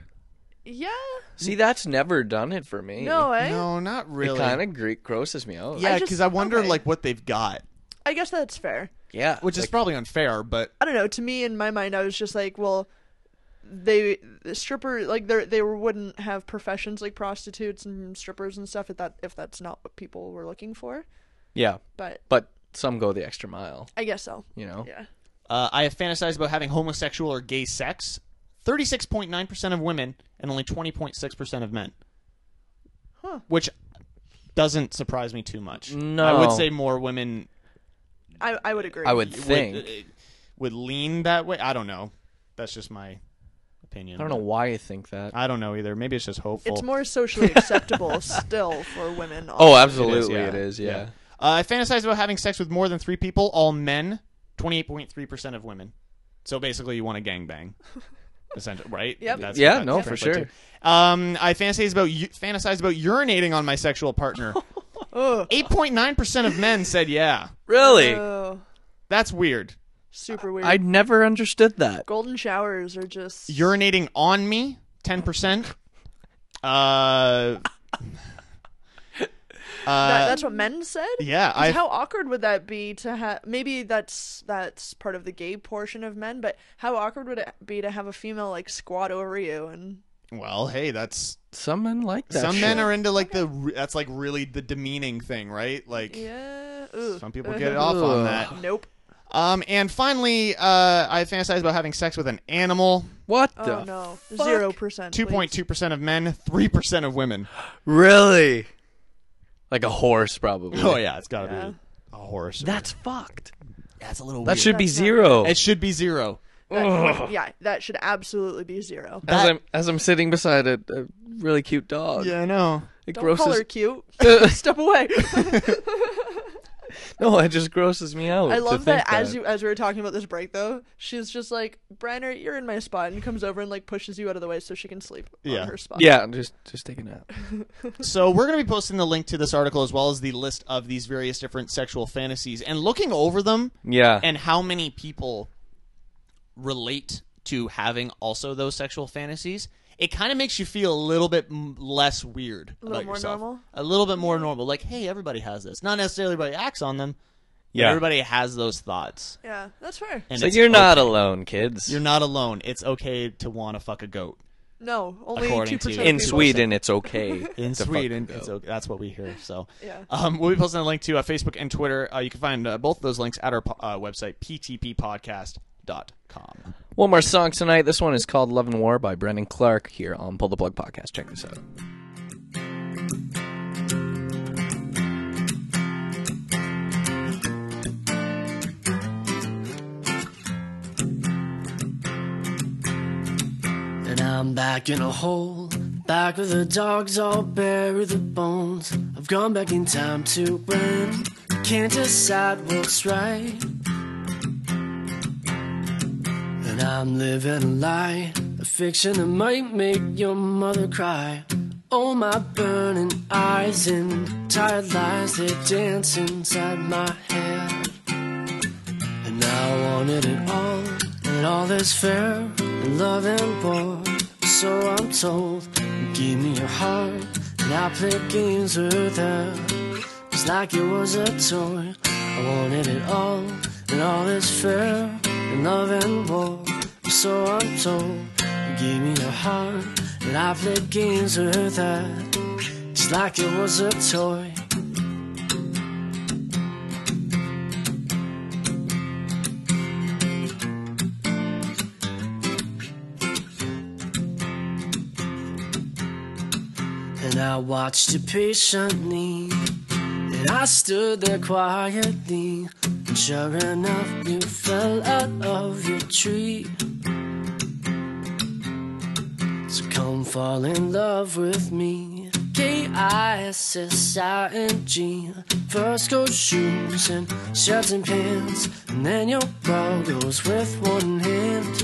Speaker 3: Yeah.
Speaker 5: See, that's never done it for me.
Speaker 3: No, eh?
Speaker 4: No, not
Speaker 5: It
Speaker 4: really.
Speaker 5: kind of gre- grosses me out.
Speaker 4: yeah,
Speaker 3: I just-
Speaker 4: because I, wonder
Speaker 3: okay.
Speaker 4: like what they've got,
Speaker 3: I guess that's fair.
Speaker 5: Yeah.
Speaker 4: which is
Speaker 5: like,
Speaker 4: probably unfair, but
Speaker 3: I don't know. To me, in my mind, I was just like, well, they the stripper like they they wouldn't have professions like prostitutes and strippers and stuff if that if that's not what people were looking for.
Speaker 5: yeah,
Speaker 3: But
Speaker 5: but some go the extra mile,
Speaker 3: I guess so.
Speaker 5: you know?
Speaker 3: Yeah.
Speaker 4: uh, I have fantasized about having homosexual or gay sex. 36.9% of women and only 20.6% of men.
Speaker 3: Huh.
Speaker 4: Which doesn't surprise me too much.
Speaker 5: No.
Speaker 4: I would say more women
Speaker 3: I I would agree.
Speaker 5: I would think.
Speaker 4: would, uh, would lean that way. I don't know. That's just my opinion.
Speaker 5: I don't know why you think that.
Speaker 4: I don't know either. Maybe it's just hopeful.
Speaker 3: It's more
Speaker 5: (laughs)
Speaker 3: socially acceptable still for women.
Speaker 5: Oh,
Speaker 4: It
Speaker 5: absolutely,
Speaker 4: yeah.
Speaker 5: it is. Yeah.
Speaker 4: Uh, I fantasize about having sex with more than three people, all men. Twenty-eight point three percent of women. So basically, you want a
Speaker 3: (laughs)
Speaker 4: gangbang. Essentially, right?
Speaker 3: Yep.
Speaker 4: That's
Speaker 5: Yeah,
Speaker 4: what that
Speaker 5: no, for
Speaker 4: translates
Speaker 5: sure.
Speaker 4: to. Um, I fantasize about u- fantasize about urinating on my sexual
Speaker 3: (laughs)
Speaker 4: partner. Eight point nine percent of men said yeah.
Speaker 5: Really?
Speaker 3: Oh,
Speaker 4: That's weird.
Speaker 3: super weird.
Speaker 5: I never understood that.
Speaker 3: Golden showers are just
Speaker 4: Urinating on me, ten percent. Uh,
Speaker 3: (laughs) That, that's what men said.
Speaker 4: yeah,
Speaker 3: 'Cause
Speaker 4: I
Speaker 3: how awkward would that be to have? Maybe that's that's part of the gay portion of men, but how awkward would it be to have a female like squat over you and
Speaker 4: Well, hey, that's
Speaker 5: Some men like that.
Speaker 4: some
Speaker 5: shit.
Speaker 4: men are into like the re- that's like really the demeaning thing, right? Like
Speaker 3: yeah? Ugh.
Speaker 4: some people get off on that.
Speaker 3: eh,
Speaker 4: (laughs)
Speaker 3: Nope.
Speaker 4: Um, and finally, uh, I fantasize about having sex with an animal.
Speaker 5: What
Speaker 3: Oh
Speaker 5: the?
Speaker 3: no, zero percent.
Speaker 4: Two point two percent of men, three percent of women.
Speaker 5: Really? Like a horse, probably.
Speaker 4: Oh yeah, it's gotta
Speaker 3: Yeah.
Speaker 4: be a horse.
Speaker 5: That's fucked.
Speaker 4: that's a little.
Speaker 5: That should be
Speaker 3: That's not-
Speaker 5: zero.
Speaker 4: It should be zero.
Speaker 3: That, yeah, that should absolutely be zero.
Speaker 5: as I'm as I'm sitting beside a, a really cute dog.
Speaker 4: I know.
Speaker 5: It
Speaker 3: Don't
Speaker 5: grosses. (laughs)
Speaker 3: call her cute. (laughs) Step away.
Speaker 5: No, it just grosses me out.
Speaker 3: I
Speaker 5: to
Speaker 3: love
Speaker 5: think
Speaker 3: that, as you as we were talking about this break though, she's just like, Brenner, you're in my spot and comes over and like pushes you out of the way so she can sleep
Speaker 4: Yeah.
Speaker 3: on her spot.
Speaker 5: Yeah, just just take a nap.
Speaker 4: So we're going to be posting the link to this article as well as the list of these various different sexual fantasies and looking over them
Speaker 5: Yeah.
Speaker 4: and how many people relate to having also those sexual fantasies. It kind of makes you feel a little bit m- less weird. A
Speaker 3: little more normal?
Speaker 4: A little bit more normal. Like, hey, everybody has this. Not necessarily everybody acts on them. but
Speaker 5: Yeah.
Speaker 4: Everybody has those thoughts.
Speaker 3: Yeah, that's fair.
Speaker 4: And
Speaker 5: so
Speaker 4: it's
Speaker 5: you're not
Speaker 4: okay.
Speaker 5: alone, kids.
Speaker 4: You're not alone. It's okay to want to fuck a goat.
Speaker 3: No, only
Speaker 4: According
Speaker 3: two
Speaker 4: to-
Speaker 3: percent
Speaker 5: in Sweden, it's okay.
Speaker 4: (laughs) in
Speaker 5: to fuck
Speaker 4: Sweden.
Speaker 5: a
Speaker 4: It's
Speaker 5: goat.
Speaker 4: okay. That's what we hear. So
Speaker 3: Yeah.
Speaker 4: um, we'll be posting a link to uh, Facebook and Twitter. Uh, you can find uh, both of those links at our po- uh, website, ptppodcast.com.
Speaker 5: One more song tonight. This one is called "Love and War" by Brendan Clark here on Pull the Plug Podcast. Check this out.
Speaker 7: And I'm back in a hole, back where the dogs all bury the bones. I've gone back in time to when I can't decide what's right. And I'm living a lie, a fiction that might make your mother cry.
Speaker 10: Oh, my burning eyes and tired lies, they dance inside my head. And I wanted it all, and all is fair, and love and war. So I'm told, give me your heart, and I play games with her. It's like it was a toy. I wanted it all, and all is fair, and love and war. So I'm told, give me your heart, and I played games with her. It's like it was a toy. And I watched it patiently. And I stood there quietly. And sure enough, you fell out of your tree. So come fall in love with me. K I S S I N G. First goes shoes and shirts and pants. And then your bra goes with one hand.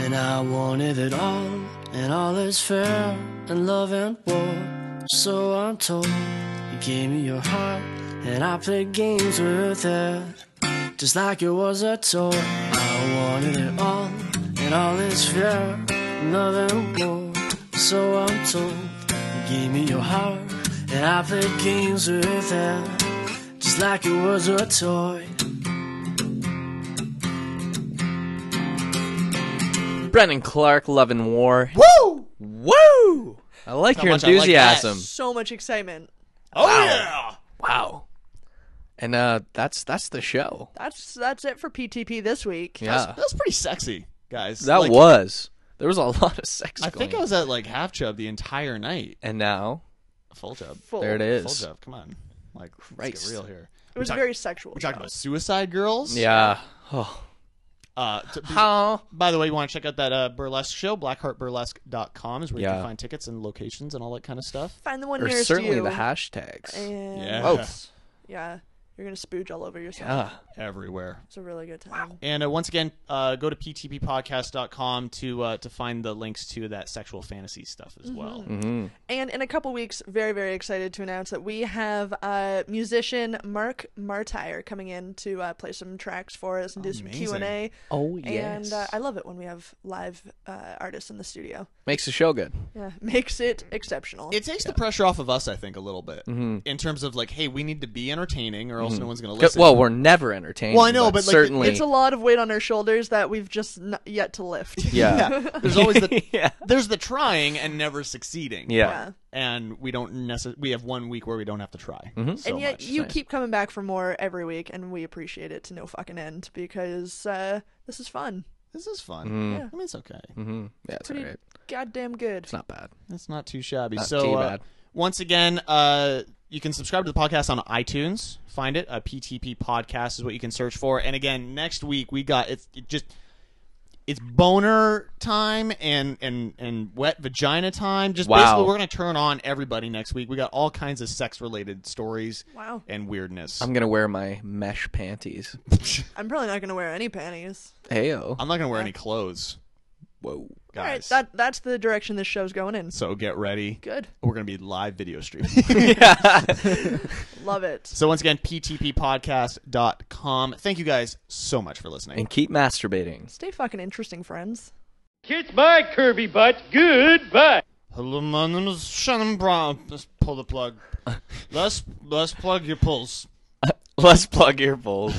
Speaker 10: And I wanted it all, and all is fair, and love and war. So I'm told, you gave me your heart, and I played games with it, just like it was a toy. I wanted it all, and all is fair, and love and war. So I'm told, you gave me your heart, and I played games with it, just like it was a toy.
Speaker 5: Brennan Clark, Love and War.
Speaker 4: Woo!
Speaker 5: Woo! I like your
Speaker 4: much I like that.
Speaker 5: enthusiasm.
Speaker 3: So much excitement.
Speaker 4: Oh yeah!
Speaker 5: wow. And uh, that's that's the show.
Speaker 3: That's that's it for PTP this week.
Speaker 5: Yeah,
Speaker 4: That's pretty sexy, guys.
Speaker 5: that
Speaker 4: Like,
Speaker 5: was. There was a (laughs) lot of sex.
Speaker 4: I think I
Speaker 5: going.
Speaker 4: was at like half chub the entire night.
Speaker 5: And now
Speaker 4: Full chub.
Speaker 3: Full.
Speaker 5: there it
Speaker 4: Full
Speaker 5: is.
Speaker 4: chub. Come on. Like, let's
Speaker 5: Christ.
Speaker 4: get real here.
Speaker 3: It was very sexual.
Speaker 4: We're talking about Suicide Girls.
Speaker 5: Yeah. Oh.
Speaker 4: Uh, to-
Speaker 5: How?
Speaker 4: By the way, you want to check out that uh, burlesque show, blackheartburlesque.com is where you
Speaker 5: Yeah.
Speaker 4: can find tickets and locations and all that kind of stuff.
Speaker 3: Find the one
Speaker 5: Or
Speaker 3: nearest
Speaker 5: certainly
Speaker 3: you.
Speaker 5: the hashtags.
Speaker 3: and
Speaker 4: Yeah.
Speaker 5: Both.
Speaker 3: yeah, you're gonna spooge all over yourself.
Speaker 5: Yeah.
Speaker 4: Everywhere.
Speaker 3: It's a really good time.
Speaker 4: And uh, once again, uh, go to ptppodcast.com to uh, to find the links to that sexual fantasy stuff
Speaker 3: Mm-hmm.
Speaker 4: as well.
Speaker 3: And in a couple weeks, very, very excited to announce that we have uh, musician Mark Martire coming in to uh, play some tracks for us and do some Q and A.
Speaker 5: Oh
Speaker 3: And uh, I love it when we have live uh, artists in the studio.
Speaker 5: Makes the show good.
Speaker 3: Yeah, makes it exceptional.
Speaker 4: It takes the pressure off of us, I think, a little bit
Speaker 5: Mm-hmm.
Speaker 4: in terms of like, hey, we need to be entertaining or else no one's going to listen. (laughs)
Speaker 5: Well, we're never entertained.
Speaker 4: Well, I know, but, like,
Speaker 5: certainly.
Speaker 3: it's a lot of weight on our shoulders that we've just n- yet to lift.
Speaker 5: yeah.
Speaker 4: yeah. There's always the
Speaker 5: (laughs) Yeah.
Speaker 4: there's the trying and never succeeding.
Speaker 5: Yeah.
Speaker 3: Yeah.
Speaker 4: And we don't necessarily we have one week where we don't have to try.
Speaker 5: Mm-hmm.
Speaker 4: So
Speaker 3: and yet
Speaker 4: much.
Speaker 3: you keep coming back for more every week, and we appreciate it to no fucking end because uh, this is fun.
Speaker 4: This is fun.
Speaker 3: Yeah.
Speaker 4: I mean, it's okay.
Speaker 5: Mm-hmm. Yeah, it's all
Speaker 3: Pretty
Speaker 5: right.
Speaker 3: goddamn good.
Speaker 5: It's not bad.
Speaker 4: That's not too shabby.
Speaker 5: Not
Speaker 4: so
Speaker 5: too
Speaker 4: uh,
Speaker 5: bad.
Speaker 4: once again, uh, you can subscribe to the podcast on iTunes. Find it. Uh, A PTP podcast is what you can search for. And again, next week we got it's it just it's boner time and and and wet vagina time. Just
Speaker 5: Wow.
Speaker 4: basically, we're gonna turn on everybody next week. We got all kinds of sex related stories.
Speaker 3: Wow.
Speaker 4: And weirdness.
Speaker 5: I'm gonna wear my mesh panties.
Speaker 3: I'm probably not gonna wear any panties.
Speaker 5: (laughs) Heyo.
Speaker 4: (laughs) I'm not gonna wear any clothes,
Speaker 5: Whoa.
Speaker 4: guys.
Speaker 3: All right, that that's the direction this show's going in.
Speaker 4: so get ready.
Speaker 3: Good,
Speaker 4: We're gonna be live video streaming.
Speaker 3: love it.
Speaker 4: So once again, ptppodcast.com. Thank you guys so much for listening.
Speaker 5: And keep masturbating.
Speaker 3: Stay fucking interesting, friends.
Speaker 8: Kiss my curvy butt. Goodbye.
Speaker 4: Hello, my name is Shannon Brown. Let's pull the plug. let's let's plug your pulse.
Speaker 5: Let's plug your balls.